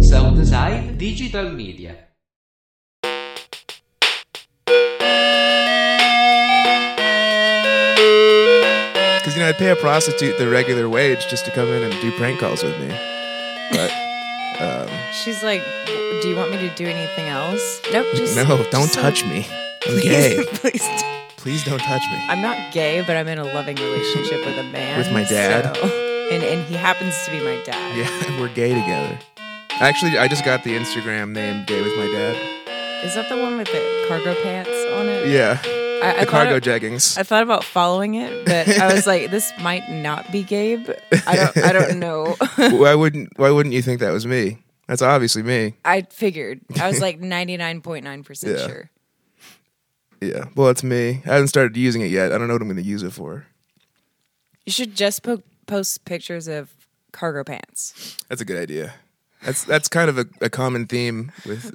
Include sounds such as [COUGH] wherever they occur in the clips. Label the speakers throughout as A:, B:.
A: Outside Digital Media.
B: Because, you know, I'd pay a prostitute the regular wage just to come in and do prank calls with me. But um,
C: She's like, "Do you want me to do anything else?" Nope. Just [LAUGHS]
B: no, don't
C: just some-
B: touch me. I'm
C: Please,
B: gay.
C: [LAUGHS] please. don't."
B: Please don't touch me.
C: I'm not gay, but I'm in a loving relationship with a man.
B: With my dad.
C: so- and and he happens to be my dad.
B: Yeah, [LAUGHS] we're gay together. Actually, I just got the Instagram name Gay with My Dad.
C: Is that the one with the cargo pants on it?
B: Yeah,
C: I, I
B: the
C: thought
B: cargo
C: it-
B: jeggings.
C: I thought about following it, but I was like, this might not be Gabe. I
B: [LAUGHS]
C: don't. I don't know.
B: why wouldn't Why wouldn't you think that was me? That's obviously me.
C: I figured. I was like 99.9%
B: Yeah.
C: sure.
B: Yeah. Well, it's me. I haven't started using it yet. I don't know what I'm going to use it for.
C: You should just po- post pictures of cargo pants.
B: That's a good idea. That's that's kind of a, a common theme with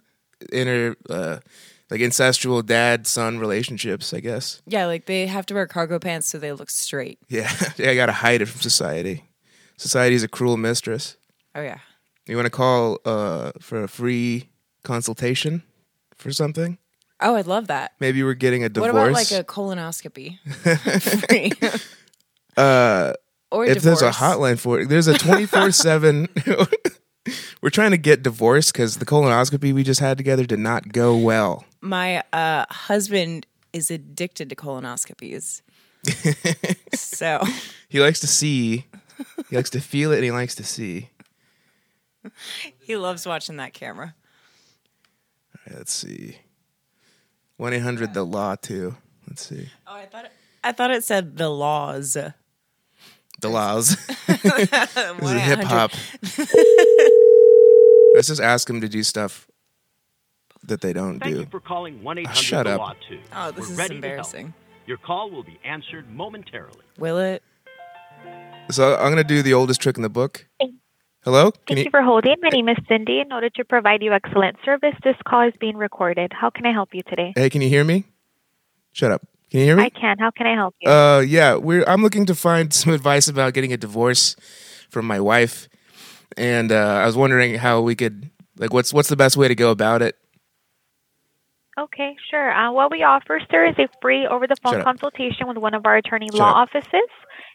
B: inner uh, like incestual dad son relationships, I guess.
C: Yeah, like they have to wear cargo pants so they look straight.
B: Yeah, [LAUGHS] yeah. I gotta hide it from society. Society's a cruel mistress.
C: Oh yeah.
B: You want to call uh, for a free consultation for something?
C: Oh, I love that.
B: Maybe we're getting a divorce.
C: What about like a
B: [LAUGHS]
C: colonoscopy? [LAUGHS] Free. or
B: Uh, if
C: divorce.
B: there's a hotline for it, there's a 24 7. [LAUGHS] We're trying to get divorced because the colonoscopy we just had together did not go well.
C: My uh, husband is addicted
B: [LAUGHS]
C: to colonoscopies. so [LAUGHS]
B: He likes to see, he likes to feel it, and he likes to see.
C: he loves watching that camera.
B: All right, let's see. 1 800 The Law, too. Let's see.
C: Oh, I thought it, I thought it said the laws. [LAUGHS]
B: The Laws. [LAUGHS] this is
C: Why
B: hip hop. Let's just ask him to do stuff that they don't
D: Thank you
B: do. Ah,
D: for calling 1 800
B: shut up.
D: Law 2.
C: Oh, this
D: We're
C: is
D: ready to
C: embarrassing.
D: help. Your call will be answered momentarily.
C: Will it?
B: So I'm gonna do the oldest trick in the book. Hello? Can
E: Thank you for holding. My name is Cindy. In order to provide you excellent service, this call is being recorded. How can I help you today?
B: hey, can you hear me? Shut up. Can you hear
E: I
B: me?
E: can. How can I help you?
B: Uh, yeah. We're I'm looking to find some advice about getting a divorce from my wife, and uh, I was wondering how we could like what's what's the best way to go about it.
E: okay, sure. Uh, what we offer, sir, is a free over the
B: Shut
E: phone
B: up.
E: consultation with one of our attorney
B: Shut
E: law
B: up.
E: offices.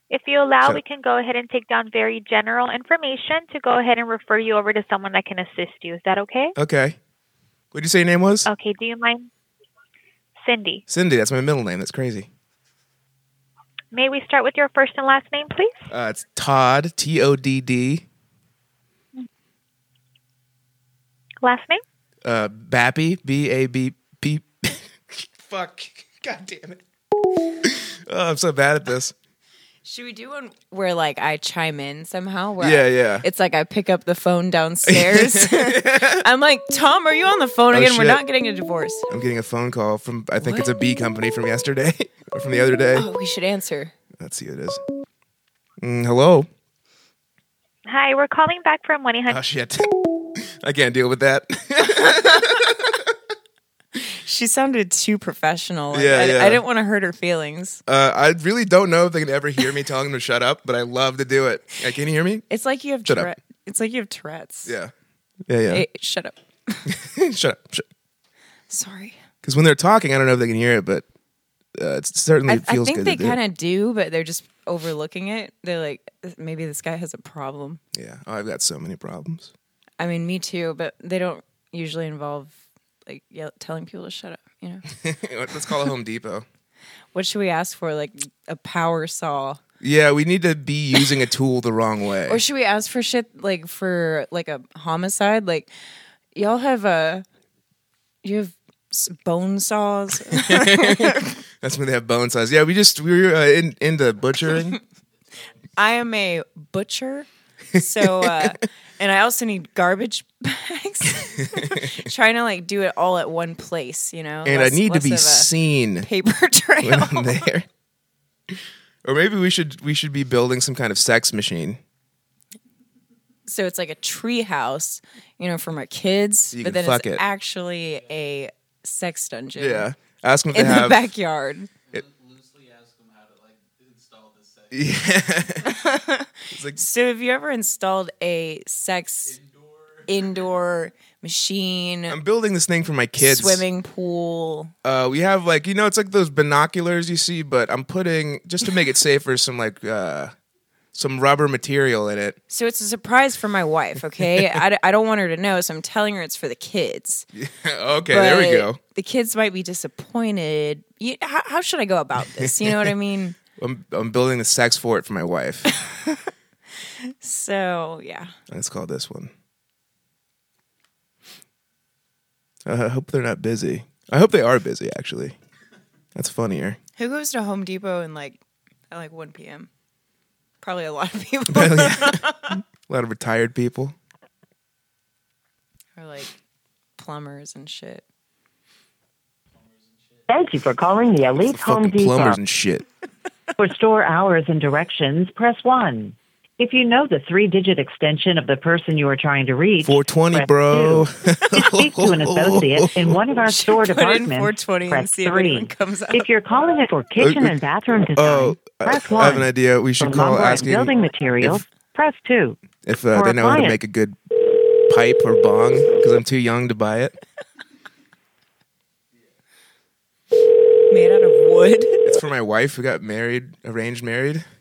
E: If you allow,
B: Shut
E: we
B: up.
E: can go ahead and take down very general information to go ahead and refer you over to someone that can assist you. Is that okay?
B: Okay. What did you say your name
C: Uh,
B: was?
E: Okay, do you mind? Cindy,
B: Cindy. That's my middle name. That's crazy.
E: may we start with your first and last name, please?
B: Uh, it's Todd T O D D
E: Last name?
B: uh, Bappy B A B P. Fuck. [LAUGHS] God damn it. oh, I'm so bad at this.
C: Should we do one where like I chime in somehow? Where
B: Yeah,
C: I-
B: yeah.
C: It's like I pick up the
B: [LAUGHS]
C: phone downstairs. [LAUGHS] I'm like, Tom, are you on the phone again?
B: Oh,
C: We're
B: shit.
C: not getting a divorce.
B: I'm getting a phone call from I think it's a
C: What?
B: bee company from yesterday [LAUGHS] or from the other day.
C: Oh, we should answer.
B: Let's see who it is. Mm, hello.
E: Hi, we're calling back from 1
B: Oh
E: 800.
B: shit. [LAUGHS] I can't deal with that.
C: She sounded too professional. Like,
B: Yeah,
C: I,
B: yeah.
C: I didn't want to hurt her feelings.
B: Uh, I really don't know if they can ever hear me telling them to shut up, but I love to do it. Uh, can you hear me?
C: It's like you have
B: Shut up.
C: Tourette. It's like you have Tourette's.
B: Yeah. Yeah,
C: Hey, shut up.
B: yeah. [LAUGHS] shut up.
C: Sorry.
B: Because when they're talking, I don't know if they can hear it, but uh, it certainly
C: I, I
B: feels
C: think
B: good.
C: they
B: to do.
C: kind of do, but they're just overlooking it. They're like, maybe this guy has a problem.
B: Yeah. Oh, I've got so many problems.
C: I mean, me too, but they don't usually involve like yell- telling people to shut up. You
B: [LAUGHS]
C: know,
B: [LAUGHS] Let's call a Home Depot.
C: what should we ask for? Like a power saw,
B: Yeah, we need to be using a tool the [LAUGHS] wrong way.
C: or should we ask for shit like for like a homicide? Like y'all have a you have s- bone saws. [LAUGHS]
B: That's when they have bone size. Yeah, we just we were uh, in, into [LAUGHS] butchering.
C: I am a butcher, so uh, and I also need garbage [LAUGHS] bags. [LAUGHS] Trying to like do it all at one place, you know.
B: and
C: Less-
B: I need to
C: less
B: be
C: of a
B: seen
C: paper [LAUGHS]
B: [LAUGHS] when
C: trail.
B: I'm there. Or maybe we should we should be building some kind of sex machine.
C: so it's like a tree house, you know, for my kids.
B: you
C: but
B: can
C: then
B: fuck
C: it's
B: it.
C: actually a sex dungeon.
B: Yeah, ask them if
C: In
B: they
C: the
B: have.
C: backyard.
B: Yeah. [LAUGHS] it's like
C: So have you ever installed a sex indoor machine,
B: I'm building this thing for my kids.
C: swimming pool.
B: Uh, we have like you know, it's like those binoculars you see, but I'm putting just to make it safer some like uh, some rubber material in it. [LAUGHS]
C: So it's a surprise for my wife, okay? I, d- I don't want her to know, so I'm telling her it's for the kids.
B: okay, there we
C: But
B: go.
C: The kids might be disappointed. You, how, how should I go about this? You
B: [LAUGHS]
C: know what I mean?
B: I'm I'm building the sex fort for my wife.
C: So, yeah.
B: Let's call this one. Uh, I hope they're not busy. I hope they are busy. Actually, that's funnier.
C: Who goes to Home Depot in like at like 1 p.m.? Probably a lot of
B: [LAUGHS]
C: people [LAUGHS]
B: a lot of retired people.
C: are like plumbers and shit.
F: Thank you for calling the Elite Home
B: Fucking
F: Depot.
B: plumbers and shit.
F: For store hours and directions, press 1. If you know the three digit extension of the person you are trying to reach,
B: 420,
F: press
B: bro.
C: [LAUGHS]
F: two. To speak to an associate in one of our store
C: Put in
F: departments,
C: 420 and
F: press
C: see if
F: 3.
C: anyone comes up. Uh,
F: If you're calling it for kitchen and bathroom design,
B: Oh, I,
F: press 1.
B: I have an idea. We should
F: for
B: call
F: lumber and
B: asking
F: building materials, press 2.
B: if uh,
F: for
B: they know how to
F: appliance.
B: make a good pipe or bong because I'm too young to buy it.
C: Made out of wood?
B: It's for my wife who got married, arranged married. [LAUGHS]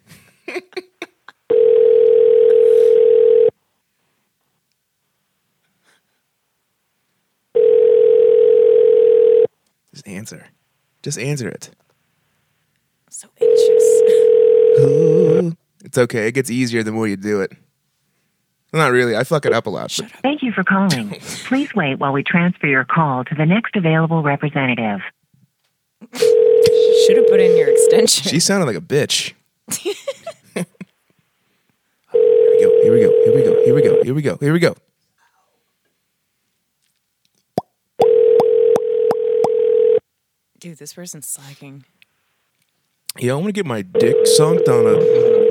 B: Just answer. Just answer it.
C: so anxious. [LAUGHS]
B: It's okay. It gets easier the more you do it. Well, not really. I fuck it up a lot. but-
F: Thank you for calling.
C: [LAUGHS]
F: Please wait while we transfer your call to the next available representative.
C: Should have put in your extension.
B: She sounded like a bitch. here we go. Here we go. Here we go. Here we go. Here we go. Here we go.
C: [LAUGHS] Dude, this person's slacking.
B: Yeah, I'm gonna get my dick sunked on a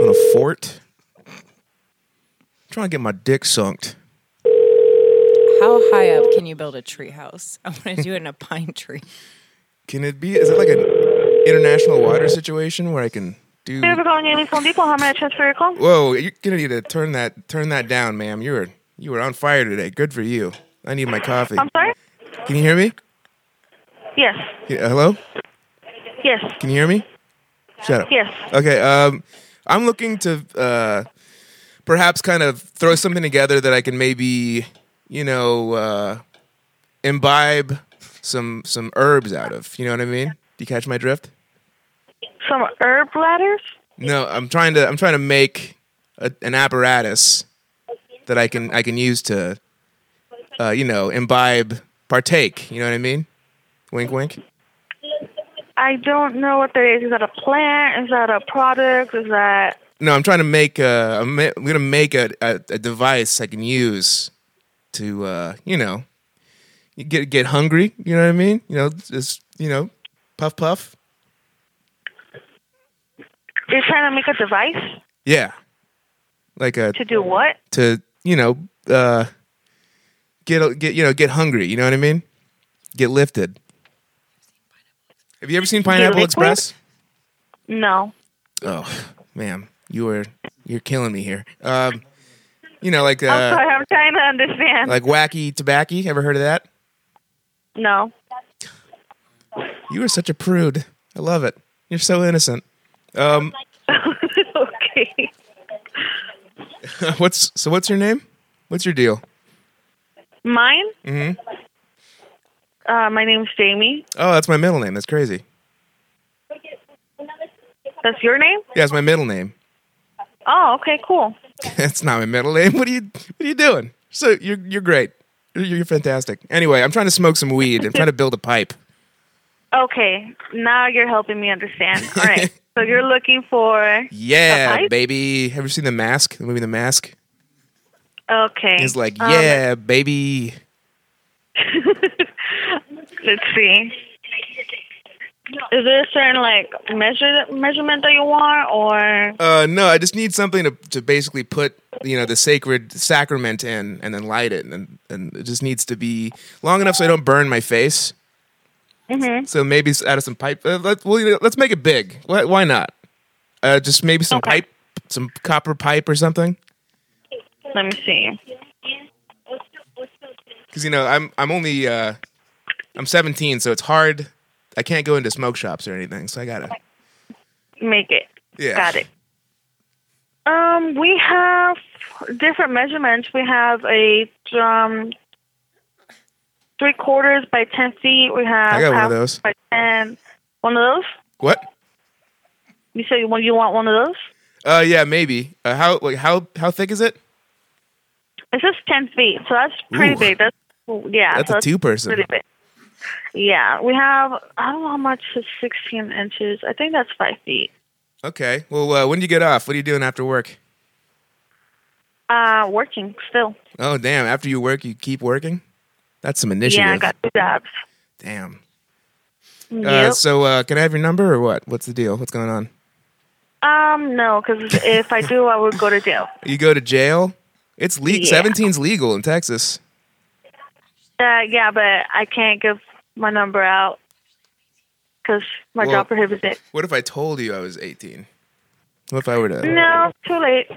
B: on a fort. trying to get my dick sunked.
C: How high up can you build a tree house? I want to do it in a pine tree.
B: Can it be? Is it like an international water situation where I can do?
E: Thank you for calling Elite Home Depot. How may I transfer your call?
B: Whoa, you're gonna need to turn that turn that down, ma'am. You were you were on fire today. Good for you. I need my coffee.
E: I'm sorry?
B: Can you hear me?
E: Yes.
B: Yeah, hello?
E: Yes.
B: Can you hear me? Shut up.
E: Yes.
B: Okay. Um, I'm looking to uh, perhaps kind of throw something together that I can maybe, you know, uh, imbibe some some herbs out of. You know what I mean? Do you catch my drift?
E: Some herb ladders?
B: No, I'm trying to I'm trying to make a, an apparatus that I can I can use to, uh, you know, imbibe, partake. You know what I mean? Wink, wink.
E: I don't know what that is. Is that a plant? Is that a product? Is that.
B: No, I'm trying to make a. I'm ma- I'm gonna make a, a, a device I can use to, uh, you know, you get get hungry. You know what I mean? You know, just you know, puff puff.
E: You're trying to make a device
B: Yeah, like a
E: to do what?
B: to you know, uh, get get you know get hungry. You know what I mean? Get lifted. Have you ever seen Pineapple
E: liquid?
B: Express?
E: No.
B: Oh, ma'am, you are you're killing me here. Um, you know, like
E: I'm
B: uh,
E: sorry. I'm trying to understand.
B: like wacky tobacco. Ever heard of that?
E: no. [LAUGHS]
B: You are such a prude. I love it. You're so innocent. Um, [LAUGHS]
E: okay.
B: what's so? What's your name? What's your deal?
E: Mine?
B: Mhm.
E: Uh, my name's Jamie.
B: Oh, that's my middle name. That's crazy.
E: That's your name?
B: Yeah, it's my middle name. [LAUGHS]
E: Oh, okay, cool.
B: That's not my middle name. What are you? What are you doing? So you're you're great. You're, you're fantastic. Anyway, I'm trying to smoke some weed. I'm trying to build
E: [LAUGHS]
B: a pipe.
E: Okay, now you're helping me understand. All
B: [LAUGHS]
E: right, so you're looking for. A
B: Yeah,
E: pipe?
B: baby. Have you seen the mask? The movie The Mask.
E: Okay.
B: He's like,
E: Um,
B: yeah, baby.
E: Let's see. Is there a certain like measure measurement that you want, or
B: Uh, no, I just need something to, to basically put you know the sacred sacrament in, and then light it, and and it just needs to be long enough so I don't burn my face. Mm-hmm. So maybe s- out of some pipe. Uh, let, well, you know, let's make it big. Why, why not? Uh, just maybe some
E: Okay.
B: pipe, some copper pipe or something.
E: let me see.
B: because you know I'm I'm only uh, I'm 17, so it's hard. I can't go into smoke shops or anything, so I gotta.
E: Make it.
B: Yeah.
E: Got it. Um, we have different measurements. We have a um, three quarters by ten feet. We have
B: I got one of
E: half
B: those.
E: by ten. One of those.
B: What?
E: You say you want you want one of those?
B: Uh, yeah, maybe. Uh, how like how how thick is it?
E: This is ten feet, so that's pretty
B: Ooh.
E: big. That's yeah.
B: That's
E: so
B: a two person.
E: Pretty big. Yeah, we have. I don't know how much is sixteen inches. I think that's five feet.
B: Okay. Well, uh, when do you get off? What are you doing after work?
E: Uh, working still.
B: Oh, damn! After you work, you keep working. That's some initiative.
E: Yeah, I got two jobs.
B: Damn. Uh,
E: Yep.
B: so uh, can I have your number or what? What's the deal? What's going on?
E: um, no, because if I do, I would go to jail.
B: You go to jail. It's le-
E: Yeah.
B: 17's legal in Texas.
E: Uh, yeah, but I can't give my number out because my
B: Well-
E: job prohibits it.
B: What if I told you I was 18? What if I were
E: [LAUGHS]
B: to?
E: No, too late.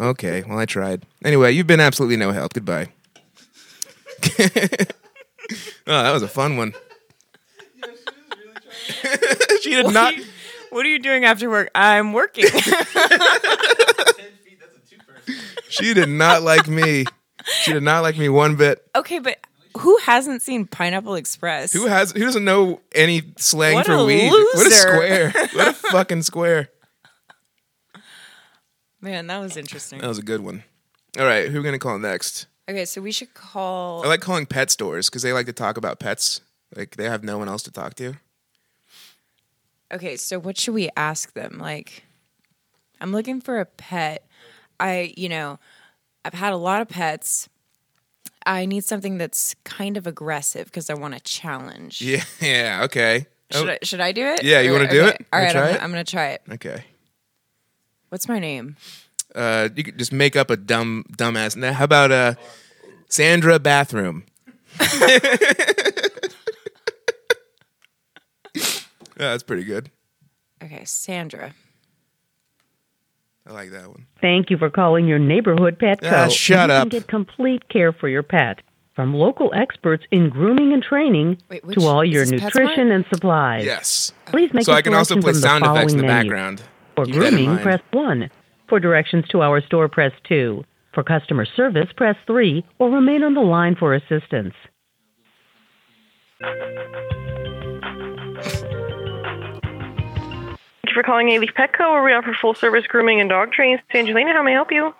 B: Okay, well, I tried. Anyway, you've been absolutely no help. Goodbye. [LAUGHS] oh, that was a fun one. [LAUGHS] she did not.
C: What are you doing after work?
B: [LAUGHS]
C: I'm working.
B: She did not like me. She did not like me one bit.
C: okay, but who hasn't seen Pineapple Express?
B: Who has? Who doesn't know any slang
C: What
B: for
C: a
B: weed? What a
E: [LAUGHS]
C: loser.
B: square! What a fucking square!
C: Man, that was interesting.
B: That was a good one. All right, who are we gonna call next?
C: Okay, so we should call.
B: I like calling pet stores because they like to talk about pets. Like they have no one else to talk to.
C: Okay, so what should we ask them? Like, I'm looking for a pet. I, you know, I've had a lot of pets. I need something that's kind of aggressive because I want a challenge.
B: Yeah. [LAUGHS] Yeah. Okay. Oh,
C: Should, I, should I do it?
B: Yeah, you wanna do it?
C: All
B: Wanna
C: right,
B: try
C: I'm,
B: it?
C: Gonna, I'm gonna try it.
B: Okay.
C: What's
B: [LAUGHS]
C: my name?
B: uh, you could just make up a dumb dumbass. Now, how about uh, Sandra bathroom? yeah, that's pretty good.
C: Okay, Sandra.
B: I like that one.
F: Thank you for calling your neighborhood Petco.
B: Ah, shut
F: you
B: up.
F: can get complete care for your pet from local experts in grooming and training
C: Wait, which-
F: to all
C: is
F: your
C: this PetSmart?
F: nutrition and supplies.
B: Yes.
F: Please make
B: so
F: a
B: I can also
F: selection
B: play
F: from
B: sound
F: the following
B: effects in the
F: menu.
B: background.
F: For
B: Keep that in
F: grooming,
B: mind.
F: press 1. For directions to our store, press 2. For customer service, press 3 or remain on the line for assistance.
G: Thank you for calling Ailey's Petco, where we offer full service grooming and dog training. It's Angelina, how may I help you?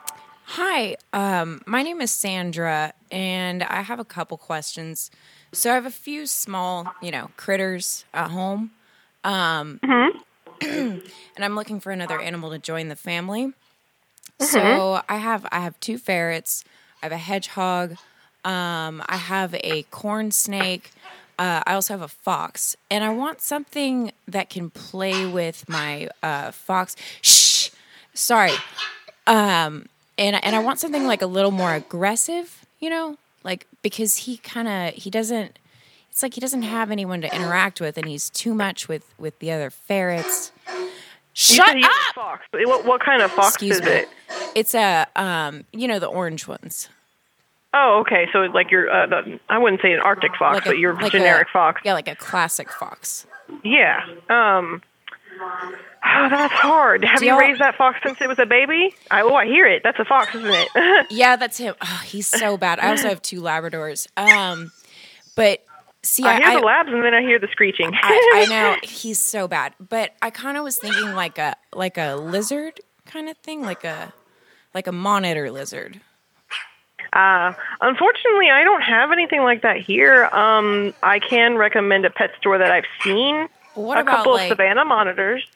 C: Hi, um, my name is Sandra, and I have a couple questions. So I have a few small, you know, critters at home, um, [CLEARS THROAT] and I'm looking for another animal to join the family. So I have I have two ferrets, I have a hedgehog, um, I have a corn snake, uh, I also have a fox, and I want something that can play with my uh, fox. Shh, sorry Um, and and I want something like a little more aggressive, you know, like because he kind of he doesn't. It's like he doesn't have anyone to interact with, and he's too much with with the other ferrets.
G: you
C: Shut
G: said you had a
C: up!
G: Fox. What, what kind of fox
C: Excuse
G: is
C: me.
G: it?
C: It's a um, you know, the orange ones,
G: Oh, okay. So like your, uh, the, I wouldn't say an Arctic fox,
C: like a
G: but your
C: like a-
G: generic fox.
C: Yeah, like a
G: [LAUGHS]
C: classic fox.
G: Yeah. Um. Oh, that's hard. Have
C: Do
G: you
C: y'all-
G: raised that fox since it was a baby? I, oh, I hear it. That's a fox, isn't it? [LAUGHS]
C: Yeah, that's him. Oh, he's so bad. I also have two Labradors. Um, but see,
G: I hear
C: I,
G: the labs and then I hear the screeching. [LAUGHS]
C: I, I know he's so bad, but I kind of was thinking like a like a lizard kind of thing, like a like a monitor lizard.
G: Uh, Unfortunately, I don't have anything like that here. Um, I can recommend a pet store that I've seen.
C: What
G: a
C: about,
G: couple
C: like-
G: of Savannah monitors?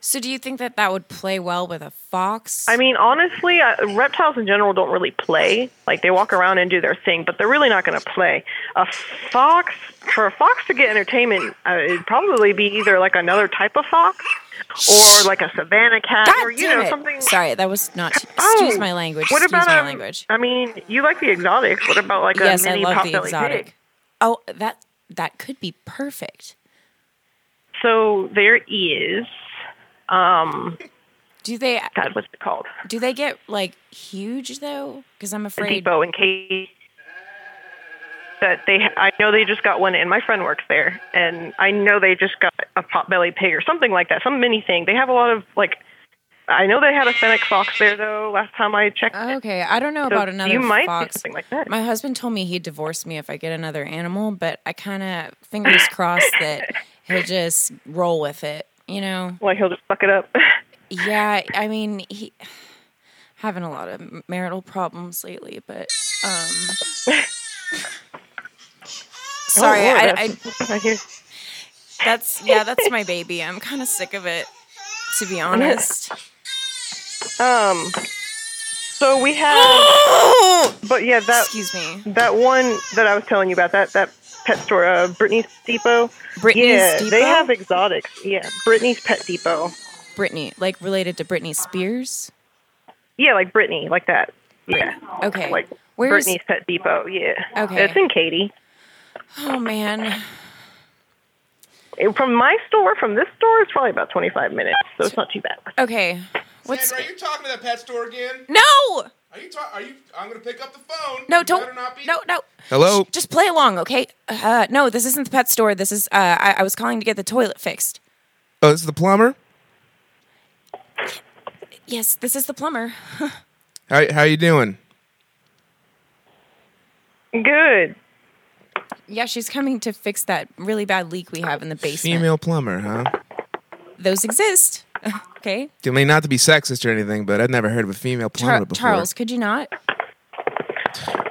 C: So do you think that that would play well with a fox?
G: I mean, honestly, uh, reptiles in general don't really play. Like they walk around and do their thing, but they're really not going to play. A fox, for a fox to get entertainment, uh, it'd probably be either like another type of fox, or like a savannah cat,
C: God
G: or you
C: damn
G: know
C: it.
G: something.
C: Sorry, that was not.
G: Oh,
C: Excuse my language.
G: What
C: excuse
G: about
C: my
G: um,
C: language.
G: I mean, you like the exotics. What about like
C: Yes,
G: a
C: I
G: mini
C: love the
G: potbelly
C: exotic.
G: pig?
C: Oh, that that could be perfect.
G: So there is. Um,
C: Do they
G: God, what's it called?
C: do they get like huge though? Because I'm afraid.
G: Depot and Katie. that they I know they just got one, and my friend works there, and I know they just got a potbelly pig or something like that, some mini thing. They have a lot of like. I know they had a fennec fox there though. Last time I checked,
C: Okay, I don't know
G: So
C: about another
G: you might do
C: fox.
G: something like that.
C: My husband told me he'd divorce me if I get another animal, but I kind of
G: [LAUGHS]
C: fingers crossed that he'll just roll with it. You know?
G: like he'll just fuck it up. [LAUGHS]
C: Yeah. I mean, he having a lot of marital problems lately, but um.
G: [LAUGHS]
C: Sorry,
G: Oh, Lord,
C: I, I,
G: that's- [LAUGHS] I hear-
C: that's yeah, that's my baby. I'm kind of sick of it, to
G: [LAUGHS]
C: be honest.
G: um, so we have,
C: [GASPS]
G: but yeah, that
C: Excuse me,
G: that one that I was telling you about that that pet store, uh, Brittany's Depot.
C: Brittany's
G: yeah,
C: Depot?
G: they have exotics. Yeah, Brittany's Pet Depot.
C: Brittany. Like related to Britney Spears.
G: Yeah, like Brittany, like that. Yeah,
C: Okay.
G: like
C: Where's
G: Brittany's Pet Depot. Yeah,
C: Okay.
G: it's in Katy.
C: oh man.
G: It- From my store, from this store, it's probably about twenty five minutes, so it's not too bad.
C: Okay. What's
B: are you talking to that pet store again?
C: No!
B: Are you? Ta- are you? I'm gonna pick up the phone.
C: No,
B: You
C: don't.
B: better not be-
C: No, no.
B: Hello.
C: Just play along, okay? Uh, no, this isn't the pet store. This is. Uh, I, I was calling to get the toilet fixed.
B: Oh, this is the plumber.
C: Yes, this is the plumber. [LAUGHS]
B: How how you doing?
G: Good.
C: Yeah, she's coming to fix that really bad leak we have in the basement.
B: Female plumber, huh?
C: Those exist. [LAUGHS] okay.
B: I mean, not to be sexist or anything, but I've never heard of a female plumber
C: Char-
B: before.
C: Charles, could you not?
B: I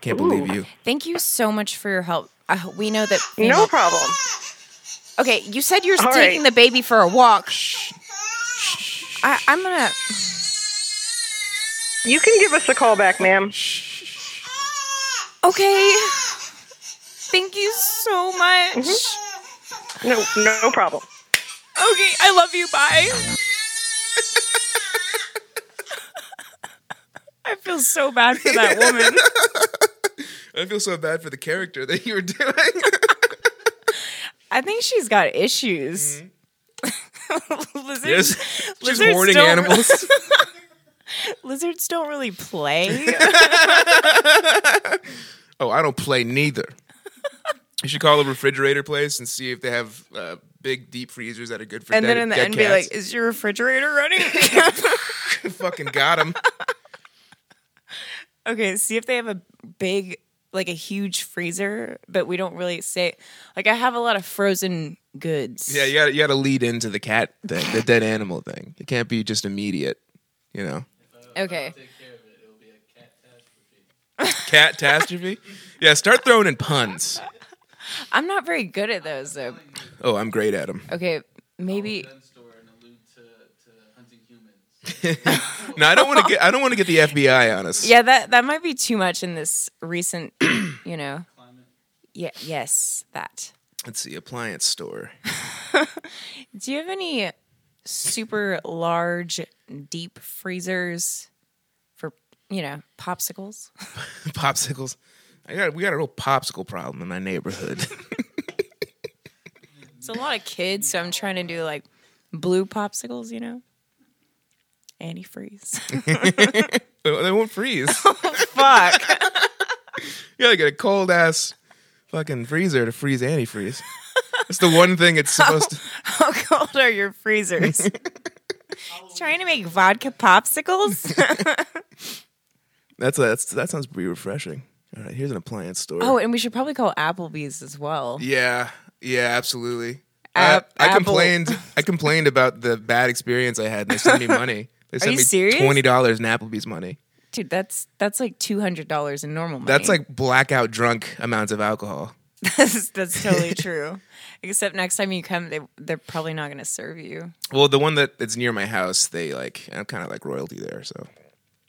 B: can't believe you.
C: Thank you so much for your help. Uh, we know that.
G: No
C: female-
G: problem.
C: Okay, you said you're
G: All
C: taking
G: right.
C: the baby for a walk. I, I'm gonna.
G: You can give us a call back, ma'am.
C: Okay. Thank you so much.
G: No, Mm-hmm. no problem.
C: Okay, I love you. Bye. [LAUGHS] I feel so bad for that woman.
B: [LAUGHS] I feel so bad for the character that you were doing.
C: [LAUGHS] I think she's got issues. lizards,
B: Mm-hmm. Yes. She's
C: lizards
B: hoarding
C: don't-
B: animals.
C: [LAUGHS] Lizards don't
B: [LAUGHS]
C: really play.
B: oh, I don't play neither. [LAUGHS] You should call the refrigerator place and see if they have uh, big deep freezers that are good for
C: and
B: dead,
C: then in the
B: dead
C: end, be
B: cats.
C: like, "Is your refrigerator
B: [LAUGHS]
C: running?" [LAUGHS]
B: fucking got him.
C: okay, see if they have a big, like a huge freezer, but we don't really say. Like, I have a lot of frozen goods.
B: Yeah, you got you got to lead into the cat thing, the dead animal thing. It can't be just immediate, you know.
C: Okay.
B: Cat catastrophe. yeah, start throwing in puns.
C: I'm not very good at those though.
B: Oh, I'm great at them.
C: Okay, maybe.
B: No, I don't want to get I don't want to get
C: [LAUGHS]
B: the FBI on us.
C: Yeah, that that might be too much in this
B: [CLEARS THROAT]
C: recent, you know. Yeah. Yes, that.
B: Let's see, appliance store. [LAUGHS]
C: Do you have any super large deep freezers for you know popsicles?
B: popsicles. I got we got a real popsicle problem in my neighborhood. [LAUGHS]
C: It's a lot of kids, so I'm trying to do like blue popsicles, you know. Antifreeze. [LAUGHS]
B: they won't freeze.
C: Oh,
B: [LAUGHS]
C: Fuck.
B: you gotta get a cold ass fucking freezer to freeze antifreeze. It's the one thing
C: [LAUGHS]
B: it's supposed to.
C: How cold are your [LAUGHS] freezers? trying to make vodka [LAUGHS] popsicles.
B: That's that's that sounds pretty refreshing. All right, here's an appliance store.
C: oh, and we should probably call Applebee's as well.
B: Yeah, yeah, absolutely.
C: App-
B: I, I
C: Apple.
B: complained. I complained about the bad experience I had. and They sent me
C: [LAUGHS]
B: money. They sent
C: you
B: me
C: serious?
B: twenty dollars in Applebee's money.
C: Dude, that's that's like two hundred dollars in normal money.
B: That's like blackout drunk amounts of alcohol.
C: that's, [LAUGHS] that's [LAUGHS] totally true. Except next time you come, they they're probably not going to serve you.
B: Well, the one that it's near my house, they like. I'm kind of like royalty there, so.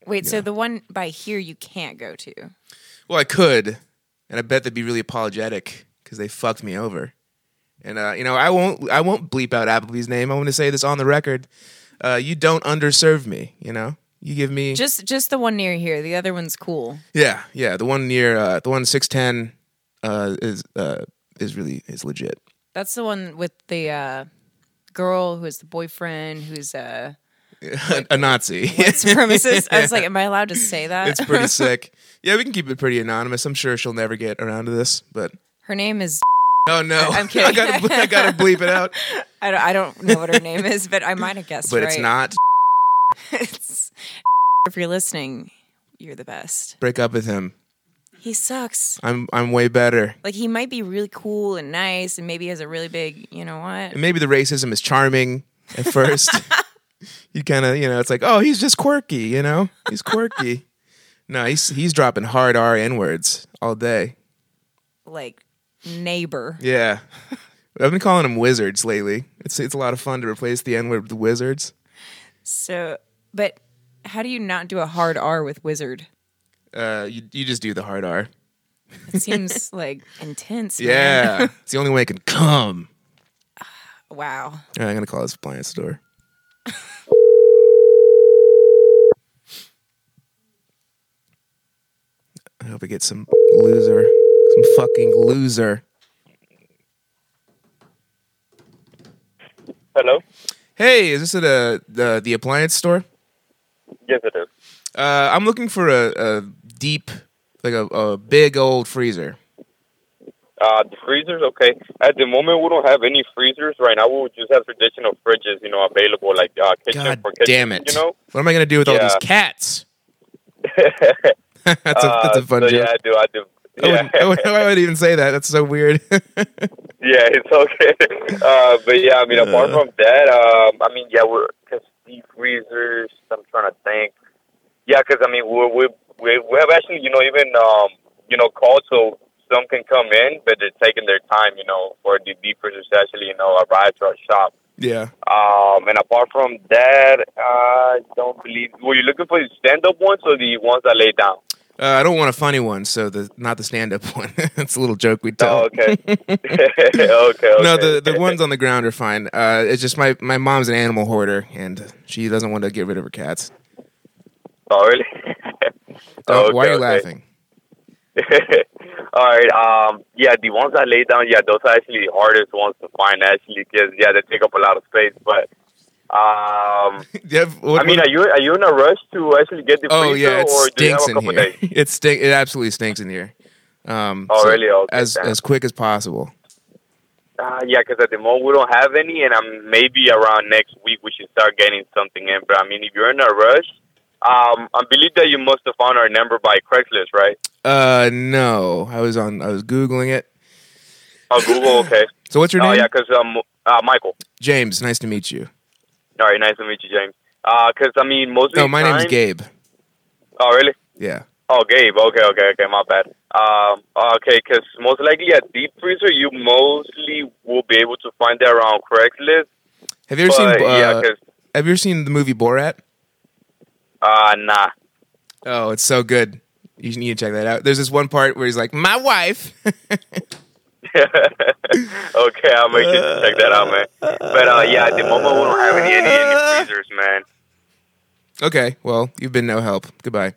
C: Wait, so the one by here you can't go to.
B: Well, I could, and I bet they'd be really apologetic because they fucked me over. And uh, you know, I won't. I won't bleep out Applebee's name. I want to say this on the record. Uh, you don't underserve me. You know, you give me.
C: Just just the one near here. The other one's cool.
B: Yeah, yeah. The one near uh, the one six ten uh, is uh, is really is legit. [LAUGHS]
C: That's the one with the uh, girl who is the boyfriend who's uh,
B: a Nazi.
C: supremacist. I was like, am I allowed to say
B: [LAUGHS]
C: that?
B: it's
C: [LAUGHS]
B: pretty sick. Yeah, we can keep it pretty anonymous. I'm sure she'll never get around to this, but [LAUGHS]
C: her name is. [LAUGHS]
B: oh no,
C: I'm
B: [LAUGHS]
C: kidding.
B: I gotta, ble- I
C: [LAUGHS]
B: gotta bleep it out.
C: I don't, I don't know what her name is, but I might have guessed
B: But
C: right.
B: it's not. [LAUGHS]
C: It's- [LAUGHS] if you're listening, you're the best.
B: Break up with him.
C: He sucks.
B: I'm I'm way better.
C: Like he might be really cool and nice, and maybe has a really big. You know what?
B: And maybe the racism is charming
C: [LAUGHS]
B: at first. you kind of you know, it's like oh, he's just quirky. You know, he's
C: [LAUGHS]
B: quirky. no, he's he's dropping hard R N words all day.
C: Like neighbor.
B: Yeah. [LAUGHS] I've been calling them wizards lately. It's it's a lot of fun to replace the N word with wizards.
C: So, but how do you not do a hard R with wizard?
B: Uh, you you just do the hard R.
C: It seems like intense. man.
B: Yeah, it's the only way I can come.
C: [LAUGHS] Wow.
B: All right, I'm gonna call this appliance store. I hope I get some loser, some fucking loser.
H: Hello?
B: Hey, is this at a, the the appliance store?
H: Yes, it is.
B: Uh, I'm looking for a, a deep, like a, a big old freezer.
H: Uh, the freezers, okay. At the moment, we don't have any freezers right now. We just have traditional fridges, you know, available, like uh, kitchen
B: God
H: for kitchen.
B: damn it!
H: You know?
B: what am I gonna do with all
H: Yeah.
B: these cats? [LAUGHS] that's, a, that's a
H: Uh,
B: fun
H: so,
B: joke.
H: Yeah, I do. I do.
B: I,
H: Yeah,
B: wouldn't, I, wouldn't, I wouldn't even say that. That's so weird.
H: [LAUGHS] yeah, it's okay. [LAUGHS] Uh, but yeah, I mean, apart from that, um, I mean, yeah, we're cause deep freezers. I'm trying to think. Yeah, because I mean, we're, we we we have actually, you know, even um, you know, called so some can come in, but they're taking their time, you know, for the deep freezers to actually, you know, arrive to our shop.
B: yeah.
H: Um, and apart from that, I don't believe. Were you looking for the stand-up ones or the ones that lay
B: [LAUGHS]
H: down? [LAUGHS]
B: Uh, I don't want a funny one, so the not the stand up [LAUGHS] one. it's a little joke we tell.
H: Oh, okay. [LAUGHS] okay. Okay.
B: No, the, the
H: okay.
B: ones on the ground are fine. Uh, it's just my, my mom's an animal hoarder, and she doesn't want to get rid of her cats.
H: Oh, really?
B: [LAUGHS] Don't-
H: Okay,
B: why are you
H: okay.
B: laughing?
H: [LAUGHS] All right. Um. Yeah, the ones I lay down. Yeah, those are actually the hardest ones to find actually, because yeah, they take up a lot of space. But
B: [LAUGHS]
H: um,
B: Do you have- what-
H: I mean,
B: what-
H: are you are you in a rush to actually get the
B: oh
H: freezer,
B: yeah, it
H: or do you have
B: stinks
H: a
B: in
H: couple
B: here.
H: days?
B: [LAUGHS] It stink. It absolutely stinks in here. Um,
H: Oh, really? Okay,
B: as
H: damn.
B: as quick as possible.
H: Uh, yeah, because at the moment we don't have any, and um, maybe around next week we should start getting something in. But I mean, if you're in a rush, um, I believe that you must have found our number by Craigslist, right?
B: Uh, no, I was on. I was googling it.
H: Oh,
B: [LAUGHS]
H: Google, okay.
B: So what's your
H: Oh,
B: name?
H: yeah, because um, uh, Michael.
B: James. Nice to meet you.
H: All right, nice to meet you, James. Because I mean, most
B: No,
H: of the
B: my
H: time,
B: name's Gabe.
H: Oh, really?
B: Yeah.
H: Oh, Gabe. Okay, okay, okay. My bad. Um, okay, because most likely at deep freezer, you mostly will be able to find that around Craigslist.
B: Have you ever
H: but
B: seen? Uh,
H: yeah, because
B: have you ever seen the movie Borat?
H: uh, nah.
B: Oh, it's so good. You should- need to check that out. There's this one part where he's like, "My wife." [LAUGHS]
H: [LAUGHS] okay, I'll make sure to check that out, man. But uh, yeah, at the moment we don't have any any, any freezers, man.
B: okay, well, you've been no help. Goodbye.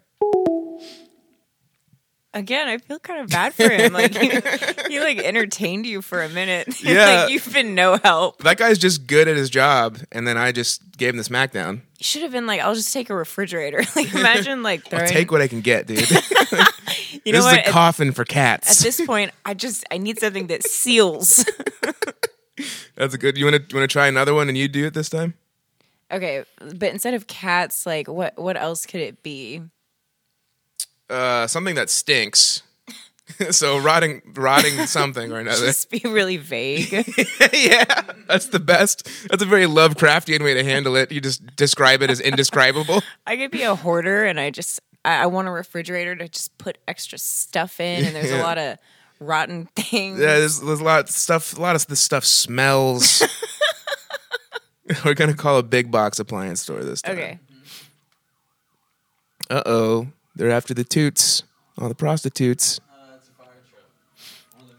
C: Again, I feel kind of bad for him. Like he, he like entertained you for a minute. [LAUGHS]
B: Yeah.
C: like you've been no help.
B: That guy's just good at his job, and then I just gave him the smackdown.
C: You should have been like, I'll just take a refrigerator. [LAUGHS] Like imagine like throwing.
B: I'll take what I can get, dude. [LAUGHS]
C: you know
B: this is
C: what?
B: a
C: At-
B: coffin for
C: at
B: cats.
C: this point, I just I need something that seals. [LAUGHS]
B: That's a good. You want to you want to try another one, and you do it this time.
C: okay, but instead of cats, like what what else could it be?
B: Uh, something that stinks. [LAUGHS] so rotting, rotting
C: [LAUGHS]
B: something or another.
C: Just be really vague.
B: yeah, [LAUGHS] that's the best. That's a very Lovecraftian way to handle it. You just describe it as indescribable.
C: I could be a hoarder, and I just I, I want a refrigerator to just put extra stuff in, and there's a lot of rotten [LAUGHS] things.
B: Yeah, there's, there's a lot of stuff. A lot of this stuff smells. We're gonna call a big box appliance store this time.
C: Okay.
B: Uh oh, they're after the toots. All the prostitutes.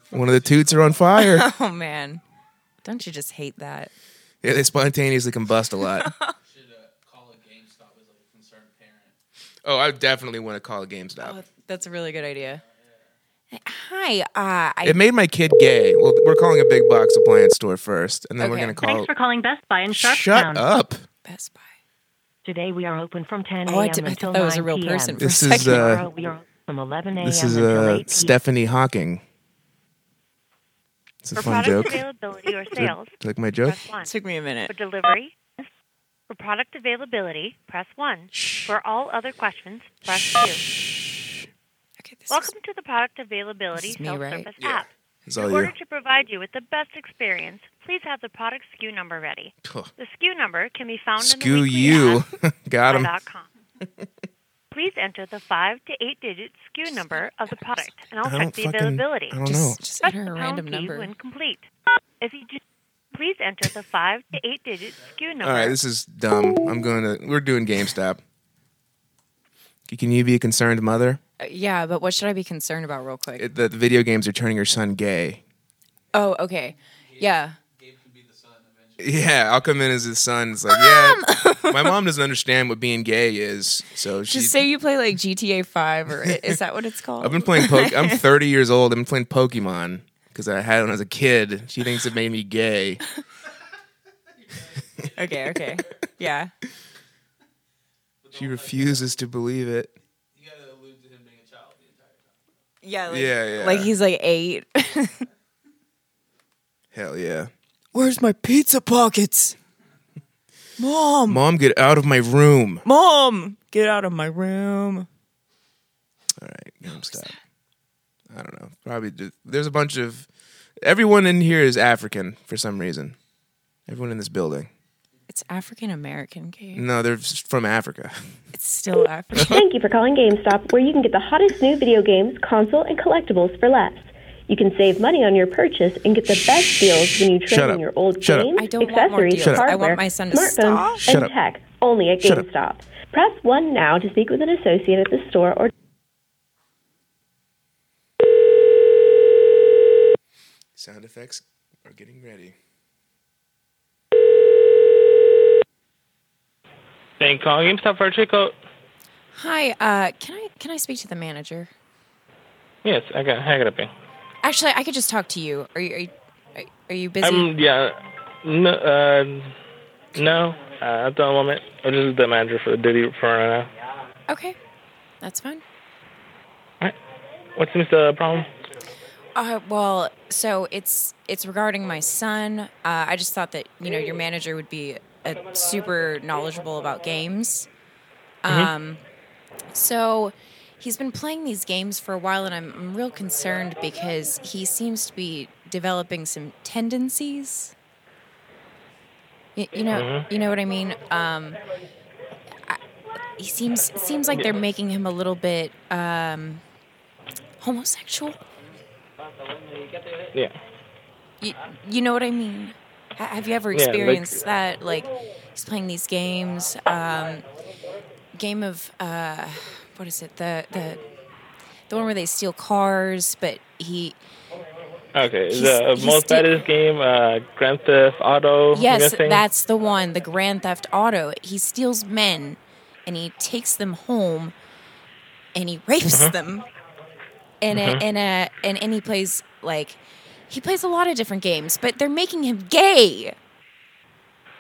B: One of the toots are on
C: [LAUGHS]
B: fire.
C: Oh man, don't you just hate that?
B: yeah, they spontaneously combust a lot. Oh, I definitely want to call a GameStop.
C: Oh, that's a really good idea. Hi, uh, I
B: It made my kid gay. Well, we're calling a big box appliance store first, and then we're
C: Okay.
B: gonna
F: Thanks
B: call.
F: for calling Best Buy in Sharpstown.
B: Shut up.
C: Best Buy.
I: Today we are open from 10 a.m.
C: Oh, I did- I
I: until
C: thought that
I: 9
C: was a real
I: p.m.
C: person for
B: This is, uh,
I: Tomorrow we are open from 11 a.m.
B: This is
I: until 8
B: uh,
I: p.m.
B: Stephanie Hawking. It's a
J: For
B: fun
J: product
B: joke.
J: availability or
B: Is it
J: sales,
B: like my joke?
J: press one.
C: Took me a minute.
J: For delivery, for product availability, press one. For all other questions, press two. Welcome to the product availability
C: This is me,
J: self-service
C: right?
J: app.
B: It's
J: In
B: all
J: order
B: you.
J: to provide you with the best experience, please have the product SKU number ready.
B: Puh.
J: The SKU number can be found in the
B: Screw
J: weekly
B: you. [LAUGHS] Got him.
J: Amazon.com. Please enter the five to eight digit SKU number of the product, and I'll
B: I don't
J: check the
B: fucking-
J: availability.
B: I don't
C: Just-
B: know.
C: just
J: Press
C: enter
J: the
C: a
J: pound
C: random
J: key
C: number.
J: when complete. If you do, please enter the five to eight digit SKU number.
B: All right, this is dumb. I'm going to. We're doing GameStop. Can you be a concerned mother?
C: Uh, yeah, but what should I be concerned about, real quick?
B: It, that the video games are turning your son gay.
C: oh, okay. Yeah.
B: Yeah, I'll come in as his son. It's like, yeah, my mom doesn't understand what being gay is. So she,
C: Just say you play like GTA 5, or i- is that what it's called?
B: [LAUGHS] I've been playing. Poke- I'm 30 years old. I've been playing Pokemon because I had one as a kid. She thinks it made me gay. [LAUGHS]
C: okay, okay. Yeah.
B: She refuses to believe it.
C: Yeah, like,
B: Yeah, yeah.
C: like he's like eight. [LAUGHS]
B: Hell yeah.
C: Where's my pizza pockets? Mom,
B: Mom, get out of my room.
C: mom, get out of my room.
B: All right, GameStop. I don't know. Probably just, there's a bunch of everyone in here is African for some reason. Everyone in this building.
C: It's African American game.
B: No, they're s- from Africa. [LAUGHS]
C: It's still
K: [LAUGHS]
C: African.
K: Thank you for calling GameStop, where you can get the hottest new video games, console, and collectibles for less. You can save money on your purchase and get the best deals when you trade
B: Shut up.
K: in your old
B: Shut up.
K: games,
C: I don't want more
K: accessories,
C: deals. Shut up. I
K: hardware,
C: want my son to
K: smartphones,
C: stop.
B: Shut
K: and
B: up.
K: tech. Only at
B: Shut up.
K: GameStop. Press one now to speak with an associate at the store or
B: Sound effects are getting ready.
L: Thank call GameStop for checkout.
C: Hi, uh, can I can I speak to the manager?
L: Yes, I got I got a pay.
C: Actually, I could just talk to you. Are you are you, are you busy?
L: I'm Um, yeah. No, uh, no. Uh, at the moment, I'm just the manager for the duty for right now.
C: okay, that's fine.
L: What's the problem?
C: Uh, well, so it's it's regarding my son. Uh, I just thought that you know your manager would be uh super knowledgeable about games. Um, so he's been playing these games for a while, and I'm, I'm real concerned because he seems to be developing some tendencies. Y- you know,
L: Mhm.
C: you know what I mean. Um, I- he seems it seems like they're making him a little bit um, homosexual.
L: Yeah.
C: You, you know what I mean? Ha- Have you ever
L: Yeah, like-
C: experienced that? Like, he's playing these games. Um, game of uh, what is it? The the the one where they steal cars, but he
L: Okay.
C: He's-
L: the
C: he's
L: most
C: still-
L: baddest game, uh, Grand Theft Auto. I'm
C: yes,
L: guessing?
C: that's the one. The Grand Theft Auto. He steals men, and he takes them home, and he rapes
L: Mhm.
C: them, and
L: Mhm.
C: a, and a, and and he plays like he plays a lot of different games, but they're making him gay,